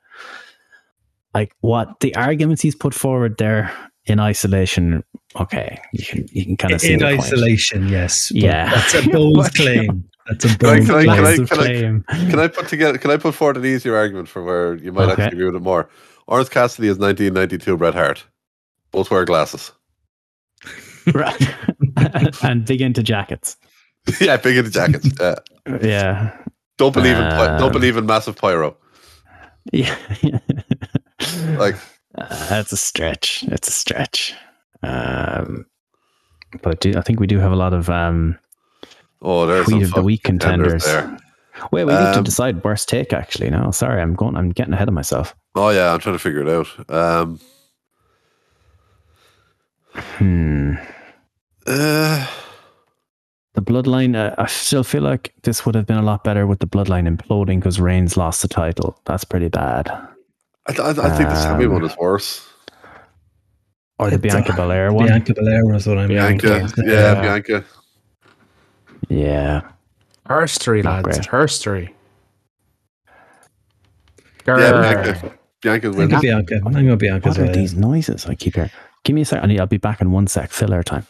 D: like what the arguments he's put forward there in isolation okay you can you can kind of see
G: in
D: the point.
G: isolation, yes. but
D: Yeah.
G: that's a bold
D: But-
G: claim. That's a
F: Can I-
G: bold
F: can I- can
G: claim.
F: I-
D: Massive
F: can I-
D: claim.
F: Can I put together? Can I put forward an easier argument for where you might
D: Okay.
F: actually agree with it more? Orange Cassidy is 1992 Bret Hart. Both wear glasses.
D: Right. and big into jackets
F: yeah, big into jackets. Yeah.
D: yeah
F: Don't believe in py-
D: Um,
F: don't believe in massive pyro.
D: yeah
F: Like
D: Uh, that's a stretch it's a stretch um but do, I think we do have a lot of um,
F: oh, there's some
D: tweet of the
F: fucking
D: week contenders.
F: contenders there.
D: Wait, we need to
F: Um,
D: decide worst take. Actually, no, sorry, I'm going. I'm getting ahead of myself.
F: Oh yeah, I'm trying to figure it out. Um,
D: Hmm.
F: uh,
D: The bloodline, uh, I still feel like this would have been a lot better with the bloodline imploding because Reigns lost the title. That's pretty bad.
F: I, I, I think the Sammy
D: Um,
F: one is worse.
D: Or Oh, the
G: It's,
D: Bianca
G: uh,
D: Belair one.
G: Bianca Belair is what I'm
F: Bianca, yeah,
E: yeah.
F: Bianca.
D: Yeah.
E: Her story,
D: Not
E: lads.
D: great.
E: Her story.
F: Yeah,
E: Grr.
D: Uh,
F: Bianca. Bianca's
G: I'm
F: winning.
G: going Bianca. I'm going Bianca as
D: What are
G: well.
D: these noises I keep hearing? Give me a second. I need- I'll be back in one sec. Filler time.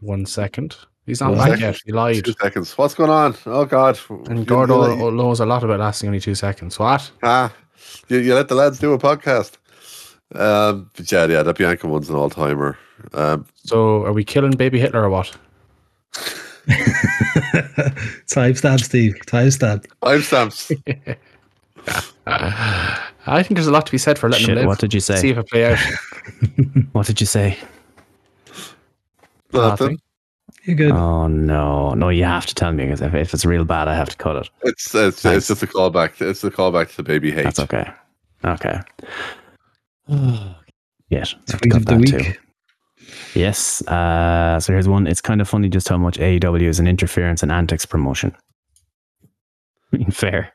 E: One second. He's not
G: One
E: back
F: second.
E: yet. He lied.
F: Two seconds. What's going on? Oh God! You-
E: And Gordo
F: you,
E: knows a lot about lasting only two seconds. What?
F: ah, you, you let the lads do a podcast. Um, but yeah, yeah, that Bianca one's an all timer. Um,
E: So are we killing baby Hitler or what?
G: Time stab, Steve. Time stab.
F: time stamps.
E: I think there's a lot to be said for letting him
D: Shit,
E: live.
D: what did you say?
E: See if it play out.
D: What did you say?
F: Nothing.
G: You're good.
D: Oh, no. No, you have to tell me because if, if it's real bad, I have to cut it.
F: It's it's,
D: Thanks.
F: it's just a callback. It's a callback to the baby hate.
D: That's okay. Okay. yes. I've
G: Tweet
D: Oh, got
G: of the
D: that
G: week.
D: too. Yes. Uh, so here's one. It's kind of funny just how much AEW is an interference and antics promotion. I mean, fair.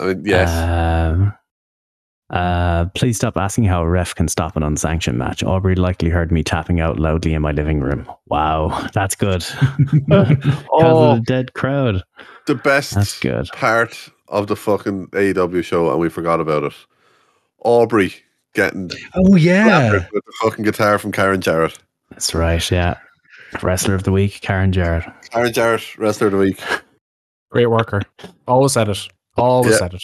F: I mean, yes.
D: Um, uh, please stop asking how a ref can stop an unsanctioned match. Aubrey likely heard me tapping out loudly in my living room. Wow, that's good. Because of
F: oh,
D: the dead crowd.
F: the best
D: That's good.
F: part of the fucking AEW show, and we forgot about it. Aubrey getting
G: Oh yeah.
F: clapped with the fucking guitar from Karen Jarrett.
D: That's right. Yeah. Wrestler of the week, Karen Jarrett.
F: Karen Jarrett, wrestler of the week.
E: Great worker. Always said it. Always
F: Yeah.
E: said it.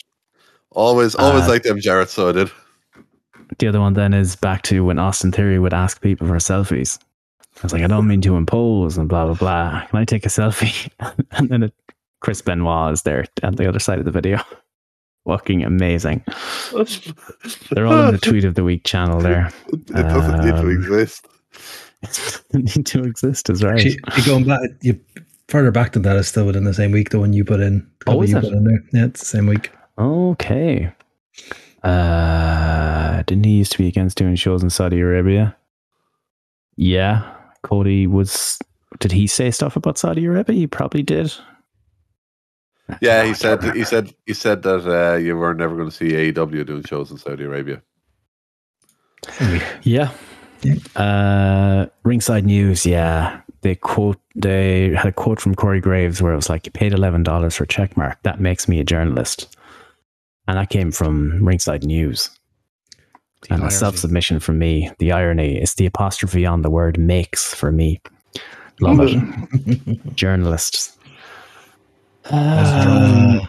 F: Always, always
D: Uh,
F: like them Jarrett, so I did.
D: The other one then is back to when Austin Theory would ask people for selfies. I was like, I don't mean to impose and blah blah blah. Can I take a selfie? and then it, Chris Benoit is there at the other side of the video. Fucking amazing. They're all in the tweet of the week channel there.
F: It doesn't need to
D: Um,
F: exist.
D: need to exist is right.
G: Actually, you're going back. You further back than that is still within the same week. The one you put in. The
D: Oh,
G: copy
D: is
G: you
D: it?
G: put in there. Yeah, it's the same week.
D: Okay. Uh didn't he used to be against doing shows in Saudi Arabia? Yeah. Cody was did he say stuff about Saudi Arabia? He probably did.
F: Yeah,
D: I
F: he
D: don't
F: said, he
D: remember.
F: said, he said that uh, you were never going to see AEW doing shows in Saudi Arabia.
G: Same week.
D: Yeah.
G: Yeah.
D: Uh, ringside news. Yeah. they quote they had a quote from Corey Graves where it was like, "You paid eleven dollars for a check mark. That makes me a journalist," and that came from Ringside News. and a self submission from me. The irony is the apostrophe on the word "makes" for me. Love it, journalists. Um,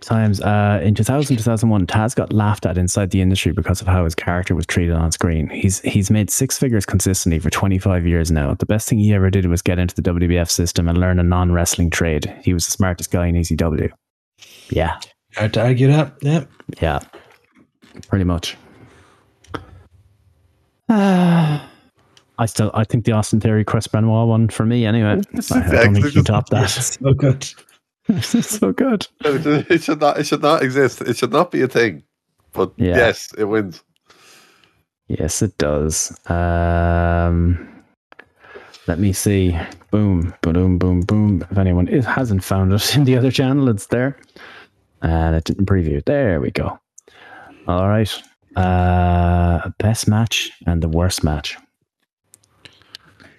D: times uh, in 2000 2001 taz got laughed at inside the industry because of how his character was treated on screen he's he's made six figures consistently for 25 years now the best thing he ever did was get into the wbf system and learn a non-wrestling trade he was the smartest guy in ecw yeah
G: Hard to argue that. Yeah.
D: yeah pretty much i still i think the austin theory chris benoit one for me anyway i don't think you can top that
G: So good.
D: it's so good
F: it should not. It should not exist. It should not be a thing. But
D: Yeah.
F: yes, it wins.
D: Yes, it does. Um, let me see. Boom, boom, boom, boom. If anyone is, hasn't found it in the other channel, it's there. And it didn't preview. There we go. All right. Uh, best match and the worst match.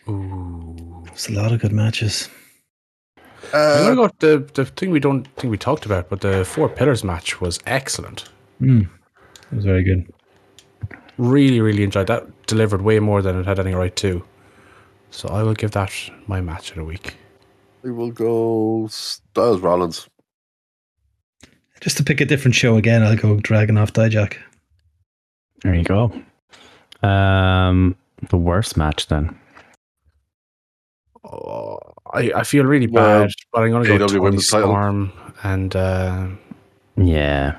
G: It's a lot of good matches.
E: I'm
F: Uh,
E: gonna go with the the thing we don't think we talked about, but the four pillars match was excellent.
G: It was very good.
E: Really, really enjoyed that. Delivered way more than it had any right to. So I will give that my match of the week.
F: we will go Styles Rollins.
G: Just to pick a different show again, I'll go Dragon off Dijak.
D: There you go. Um, the worst match then.
E: Oh, I, I feel really
F: Well,
E: bad, but I'm gonna go
F: AEW
E: Tony
F: women's title.
E: Storm and uh,
D: Yeah,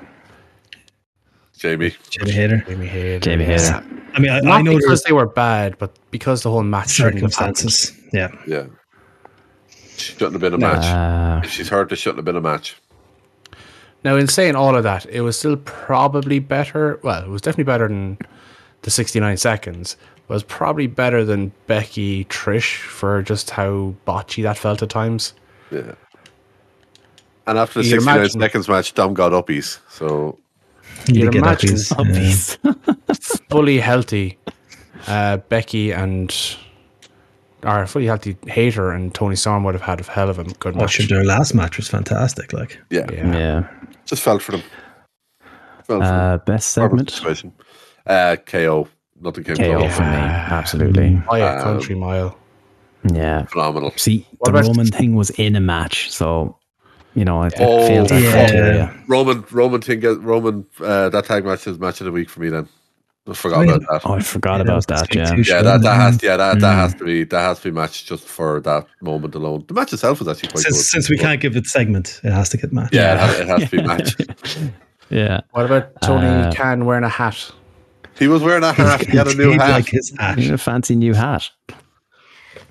F: Jamie.
G: Jimmy Hater.
E: Jamie Hayden.
D: Jamie Hayter.
G: I mean, I,
E: Not
G: I know
E: because
G: there's
E: they were bad, but because the whole match shouldn't have happened.
G: circumstances. Yeah.
F: Yeah. Shouldn't have been a match.
D: Uh,
F: If she's hurt, there shouldn't have been a match.
E: Now, in saying all of that, it was still probably better. Well, it was definitely better than the 69 seconds. It was probably better than Becky Trish for just how botchy that felt at times.
F: Yeah. And after the
E: You
F: 69
E: imagine-
F: seconds match, Dom got uppies. So
G: You
E: Your
G: did get
E: match
G: uppies.
E: is
G: Yeah.
E: Fully healthy, uh, Becky and. Or fully healthy hater and Tony Storm would have had a hell of a good
G: Oh,
E: match.
G: sure, their last match was fantastic. Like,
F: yeah,
E: Yeah.
D: yeah.
F: just fell for them. Fell for
D: Uh, best
F: them. Horrible
D: segment.
F: situation. Uh, KO. Nothing came
D: KO
F: close.
D: for me. Absolutely.
E: Oh yeah, Country Mile.
D: Yeah.
F: Phenomenal.
D: See,
E: What
D: the
E: about-
D: Roman thing was in a match, so you know it, it
F: Oh,
D: fails that
G: yeah.
D: criteria.
F: Roman Roman thing get- Roman uh, that tag match is match of the week for me then. I forgot
G: Really?
F: about that.
D: Oh, I forgot
G: Yeah,
D: about
G: that was
D: that.
G: the
D: Yeah,
G: big two.
F: Yeah, that, that has
G: Mm.
F: yeah that, that has to be that has to be matched just for that moment alone. The match itself was actually quite good.
G: since, since we
F: but-
G: can't give it segment, it has to get matched.
F: yeah, it has, it has to be matched.
D: yeah.
E: What about Tony
D: Uh,
E: Khan wearing a hat?
F: He was wearing a hat. He had a new
G: Indeed,
F: hat.
G: Like his hat.
D: You need a fancy new hat.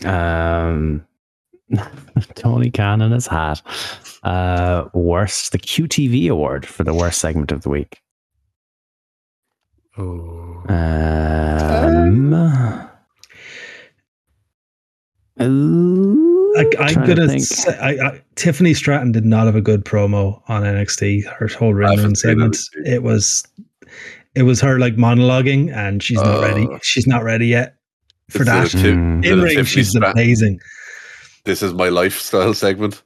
D: Um, Tony Khan and his hat. Uh, worst the QTV award for the worst segment of the week.
E: Oh,
D: Um,
G: Like, I'm
D: trying to
G: gonna
D: think.
G: say, I, I, Tiffany Stratton did not have a good promo on NXT. Her whole ring
F: haven't
G: run
F: seen
G: segment,
F: NXT.
G: it was, it was her like monologuing, and she's not ready.
F: Oh.
G: She's not ready yet for
F: It's
G: that.
F: the two-
D: Mm.
F: the
G: In ring,
F: Tiffany
G: she's
F: Strat-
G: amazing.
F: This is my lifestyle segment.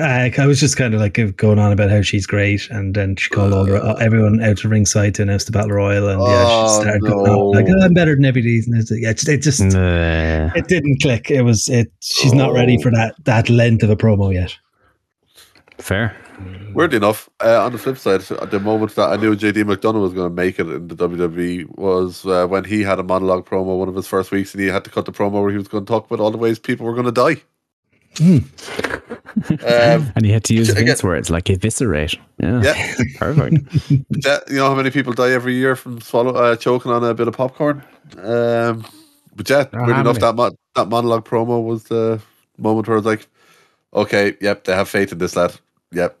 G: I, I was just kind of like going on about how she's great, and then she called all the, everyone out to ringside to announce the battle royal, and yeah,
F: Oh,
G: she started going
F: no.
G: on, like oh, I'm better than everybody. And it's like, yeah, it just
D: Nah.
G: it didn't click. It was it. She's not
F: Oh.
G: ready for that that length of a promo yet.
D: fair.
F: Weirdly enough, uh, on the flip side, at the moment that I knew JD McDonough was going to make it in the WWE was uh, when he had a monologue promo one of his first weeks, and he had to cut the promo where he was going to talk about all the ways people were going to die.
E: Hmm.
F: um,
D: And you had to use
F: I
D: Vince
F: get-
D: words like eviscerate. Yeah,
F: yeah,
D: perfect.
F: that, you know how many people die every year from swallow uh, choking on a bit of popcorn. Um, but yeah,
E: Now,
F: weirdly
E: how
F: enough,
E: many?
F: that mo- that monologue promo was the moment where I was like, okay, yep, they have faith in this lad. Yep,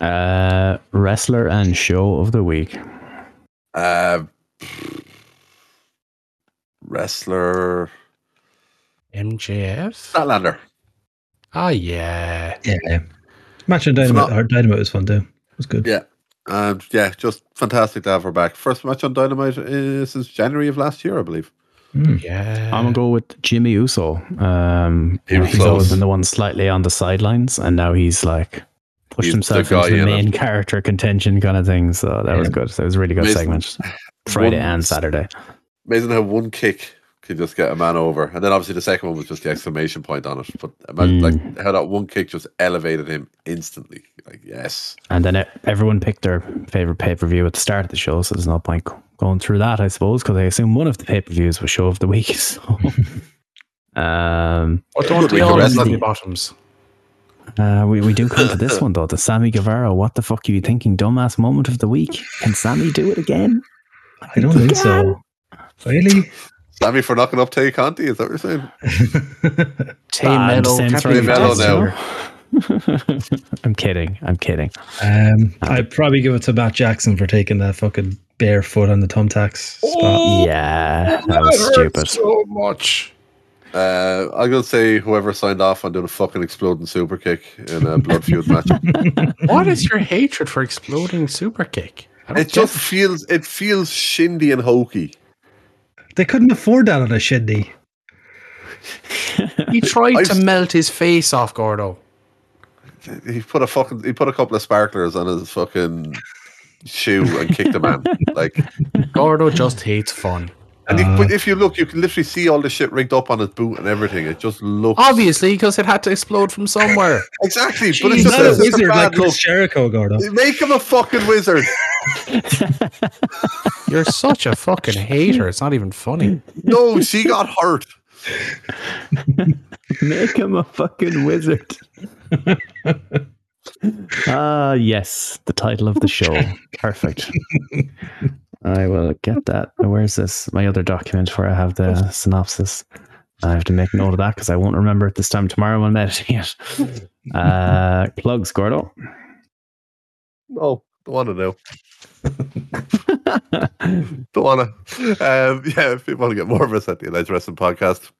D: Uh, wrestler and show of the week.
F: Uh, wrestler
E: MJF?
F: Statlander.
E: Ah, yeah.
G: Yeah, match on Dynamite.
F: not-
G: or Dynamite was fun too. It was good.
F: Yeah. Um, And yeah, just fantastic to have her back. First match on Dynamite uh, since January of last year, I believe.
E: Yeah.
D: I'm gonna go with Jimmy Uso. Um,
F: He was
D: he's
F: close.
D: always been the one slightly on the sidelines, and now he's like pushed
F: He's the
D: himself
F: guy,
D: into the
F: you know.
D: main character contention kind of thing. So that was
G: Yeah.
D: good. That was a really good
F: Amazing.
D: segment. Friday
F: One-
D: and Saturday.
F: Amazing how one kick can just get a man over, and then obviously the second one was just the exclamation point on it. But imagine, like how that one kick just elevated him instantly. Like yes,
D: And then it, everyone picked their favorite pay per view at the start of the show, so there's no point g- going through that, I suppose, because I assume one of the pay per views was show of the week. So, um,
E: What don't
F: we
E: we all
F: caress
E: have
F: them?
E: the bottoms?
D: uh, we we do come to this one though, the Sammy Guevara. What the fuck are you thinking, dumbass? Moment of the week. Can Sammy do it again?
G: I don't think so. Really?
F: Sammy for knocking up Tay Conti. Is that what you're saying?
E: Tay
D: Ah,
E: Mello.
D: same
E: Can't
D: throw
E: be
D: you
F: Mello
D: guys, you
F: now.
D: know? I'm kidding. I'm kidding.
G: Um, I'd probably give it to Matt Jackson for taking that fucking barefoot on the thumbtacks
F: Oh!
G: spot.
D: yeah, Oh, that was stupid.
E: So much.
F: Uh, I'm gonna say whoever signed off on doing a fucking exploding super kick in a blood feud match.
E: What is your hatred for exploding super kick? I don't
F: It just feels it feels shindy and hokey.
G: They couldn't afford that on a shindy.
E: get- he tried
F: I've-
E: to melt his face off, Gordo.
F: He put a fucking he put a couple of sparklers on his fucking shoe and kicked a man. Like
E: Gordo just hates fun.
F: and
G: Uh.
F: you, but if you look, you can literally see all the shit rigged up on his boot and everything. It just looks
E: Obviously, because it had to explode from somewhere.
F: exactly. But it's
G: He's
F: just,
G: not a
F: it's just a
G: wizard like
F: bad
G: Chris
F: look.
G: Jericho, Gordo.
F: Make him a fucking wizard.
E: You're such a fucking hater. It's not even funny.
F: No, she got hurt.
D: Make him a fucking wizard. Ah, yes, the title of the show. Perfect. I will get that. Where's this? My other document where I have the synopsis. I have to make note of that because I won't remember it this time tomorrow when I'm editing it. Uh, plugs, Gordo.
F: No, don't want to know. don't want to. Um, yeah, if you want to get more of us at the Alleged Wrestling Podcast,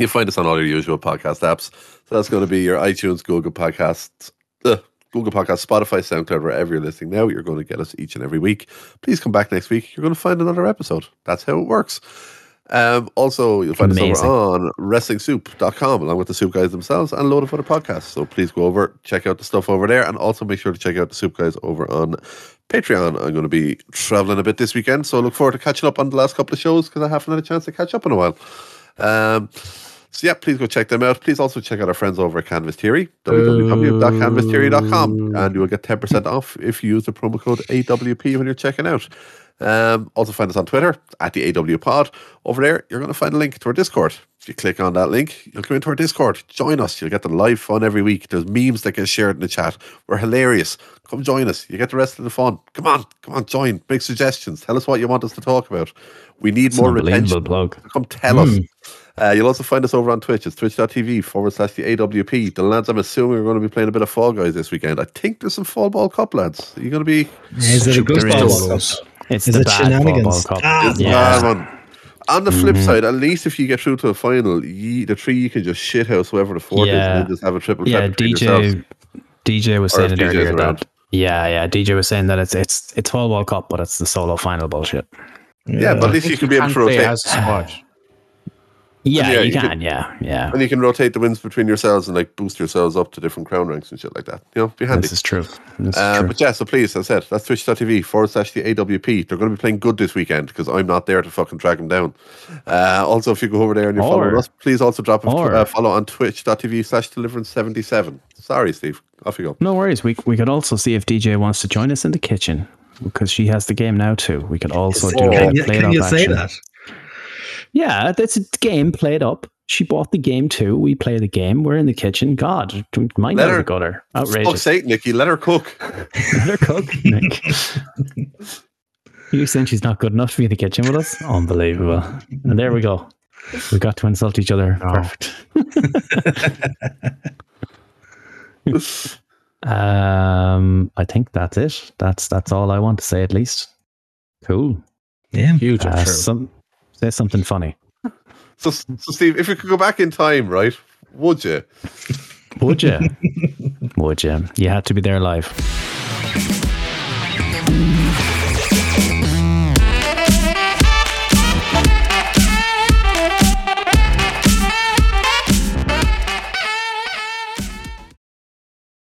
F: you find us on all your usual podcast apps. So that's going to be your iTunes, Google Podcasts, uh, Google Podcasts, Spotify, SoundCloud, wherever you're listening now. You're going to get us each and every week. Please come back next week. You're going to find another episode. That's how it works. Um, also, you'll find us
D: Amazing.
F: over on WrestlingSoup.com along with the Soup Guys themselves and a load of other podcasts. So please go over, check out the stuff over there, and also make sure to check out the Soup Guys over on Patreon. I'm going to be traveling a bit this weekend, so I look forward to catching up on the last couple of shows because I haven't had a chance to catch up in a while. Um, so yeah, please go check them out. Please also check out our friends over at Canvas Theory, www.canvastheory.com, and you will get 10% off if you use the promo code AWP when you're checking out. Um, also find us on Twitter at the AW Pod. Over there, you're going to find a link to our Discord. If you click on that link, you'll come into our Discord. Join us. You'll get the live fun every week. There's memes that get shared in the chat. We're hilarious. Come join us. You get the rest of the fun. Come on, come on, join. Make suggestions. Tell us what you want us to talk about. We need
D: It's an
F: more
D: unbelievable
F: retention.
D: plug.
F: Come tell us.
D: Hmm.
F: Uh, you'll also find us over on Twitch. It's twitch.tv forward slash the AWP. The lads, I'm assuming, are going to be playing a bit of Fall Guys this weekend. I think there's some Fall Ball Cup, lads. Are you going to be.
G: Is it a good
D: There is.
G: ball?
D: It's
G: Is
D: the
G: it
D: bad football
G: shenanigans?
D: cup.
G: Ah,
D: yeah. Mm-hmm.
F: Bad one. On the flip side, at least if you get through to a final, ye, the three you can just shithouse whoever the fourth is
D: Yeah.
F: and then just have a triple
D: yeah
F: threat between
D: dj
F: yourselves.
D: dj was
F: Or if
D: saying it
F: DJ is
D: earlier
F: around.
D: that yeah yeah dj was saying that it's it's it's all world cup but it's the solo final bullshit
F: Yeah, but at least you can be able
E: Can't
F: to
E: play
F: rotate.
E: as a squad.
D: yeah,
F: Yeah,
D: you,
F: you
D: can,
F: could-
D: yeah yeah
F: and you can rotate the wins between yourselves and like boost yourselves up to different crown ranks and shit like that. You know, be handy.
D: this is true this is
F: Uh,
D: true
F: but yeah, so please, as I said, that's twitch.tv forward slash the AWP. They're going to be playing good this weekend because I'm not there to fucking track them down. Uh, also, if you go over there and you're following
D: Or-
F: us, please also drop a
D: or-
F: uh, follow on twitch.tv slash deliverance77. Sorry, Steve. Off you go.
D: no worries we we could also see if dj wants to join us in the kitchen because she has the game now too we could also do
F: Can
D: that
G: Can you,
D: played
G: can
D: up
G: you say
D: action.
G: that?
D: yeah that's a game played up she bought the game too we play the game we're in the kitchen god mind
F: Let
D: out of
F: her-
D: the gutter
F: Fuck's
D: outrageous
F: sake, Nicky, let her cook.
D: Let her cook, Nick. You're saying she's not good enough to be in the kitchen with us? Unbelievable. And there we go. We got to insult each other. Perfect. um, I think that's it. That's that's all I want to say, at least. Cool.
G: Yeah.
E: Huge
D: Uh,
E: uh,
D: some, say something funny.
F: So, so, Steve, if you could go back in time, right? Would you?
D: Would you? Would you? You had to be there live.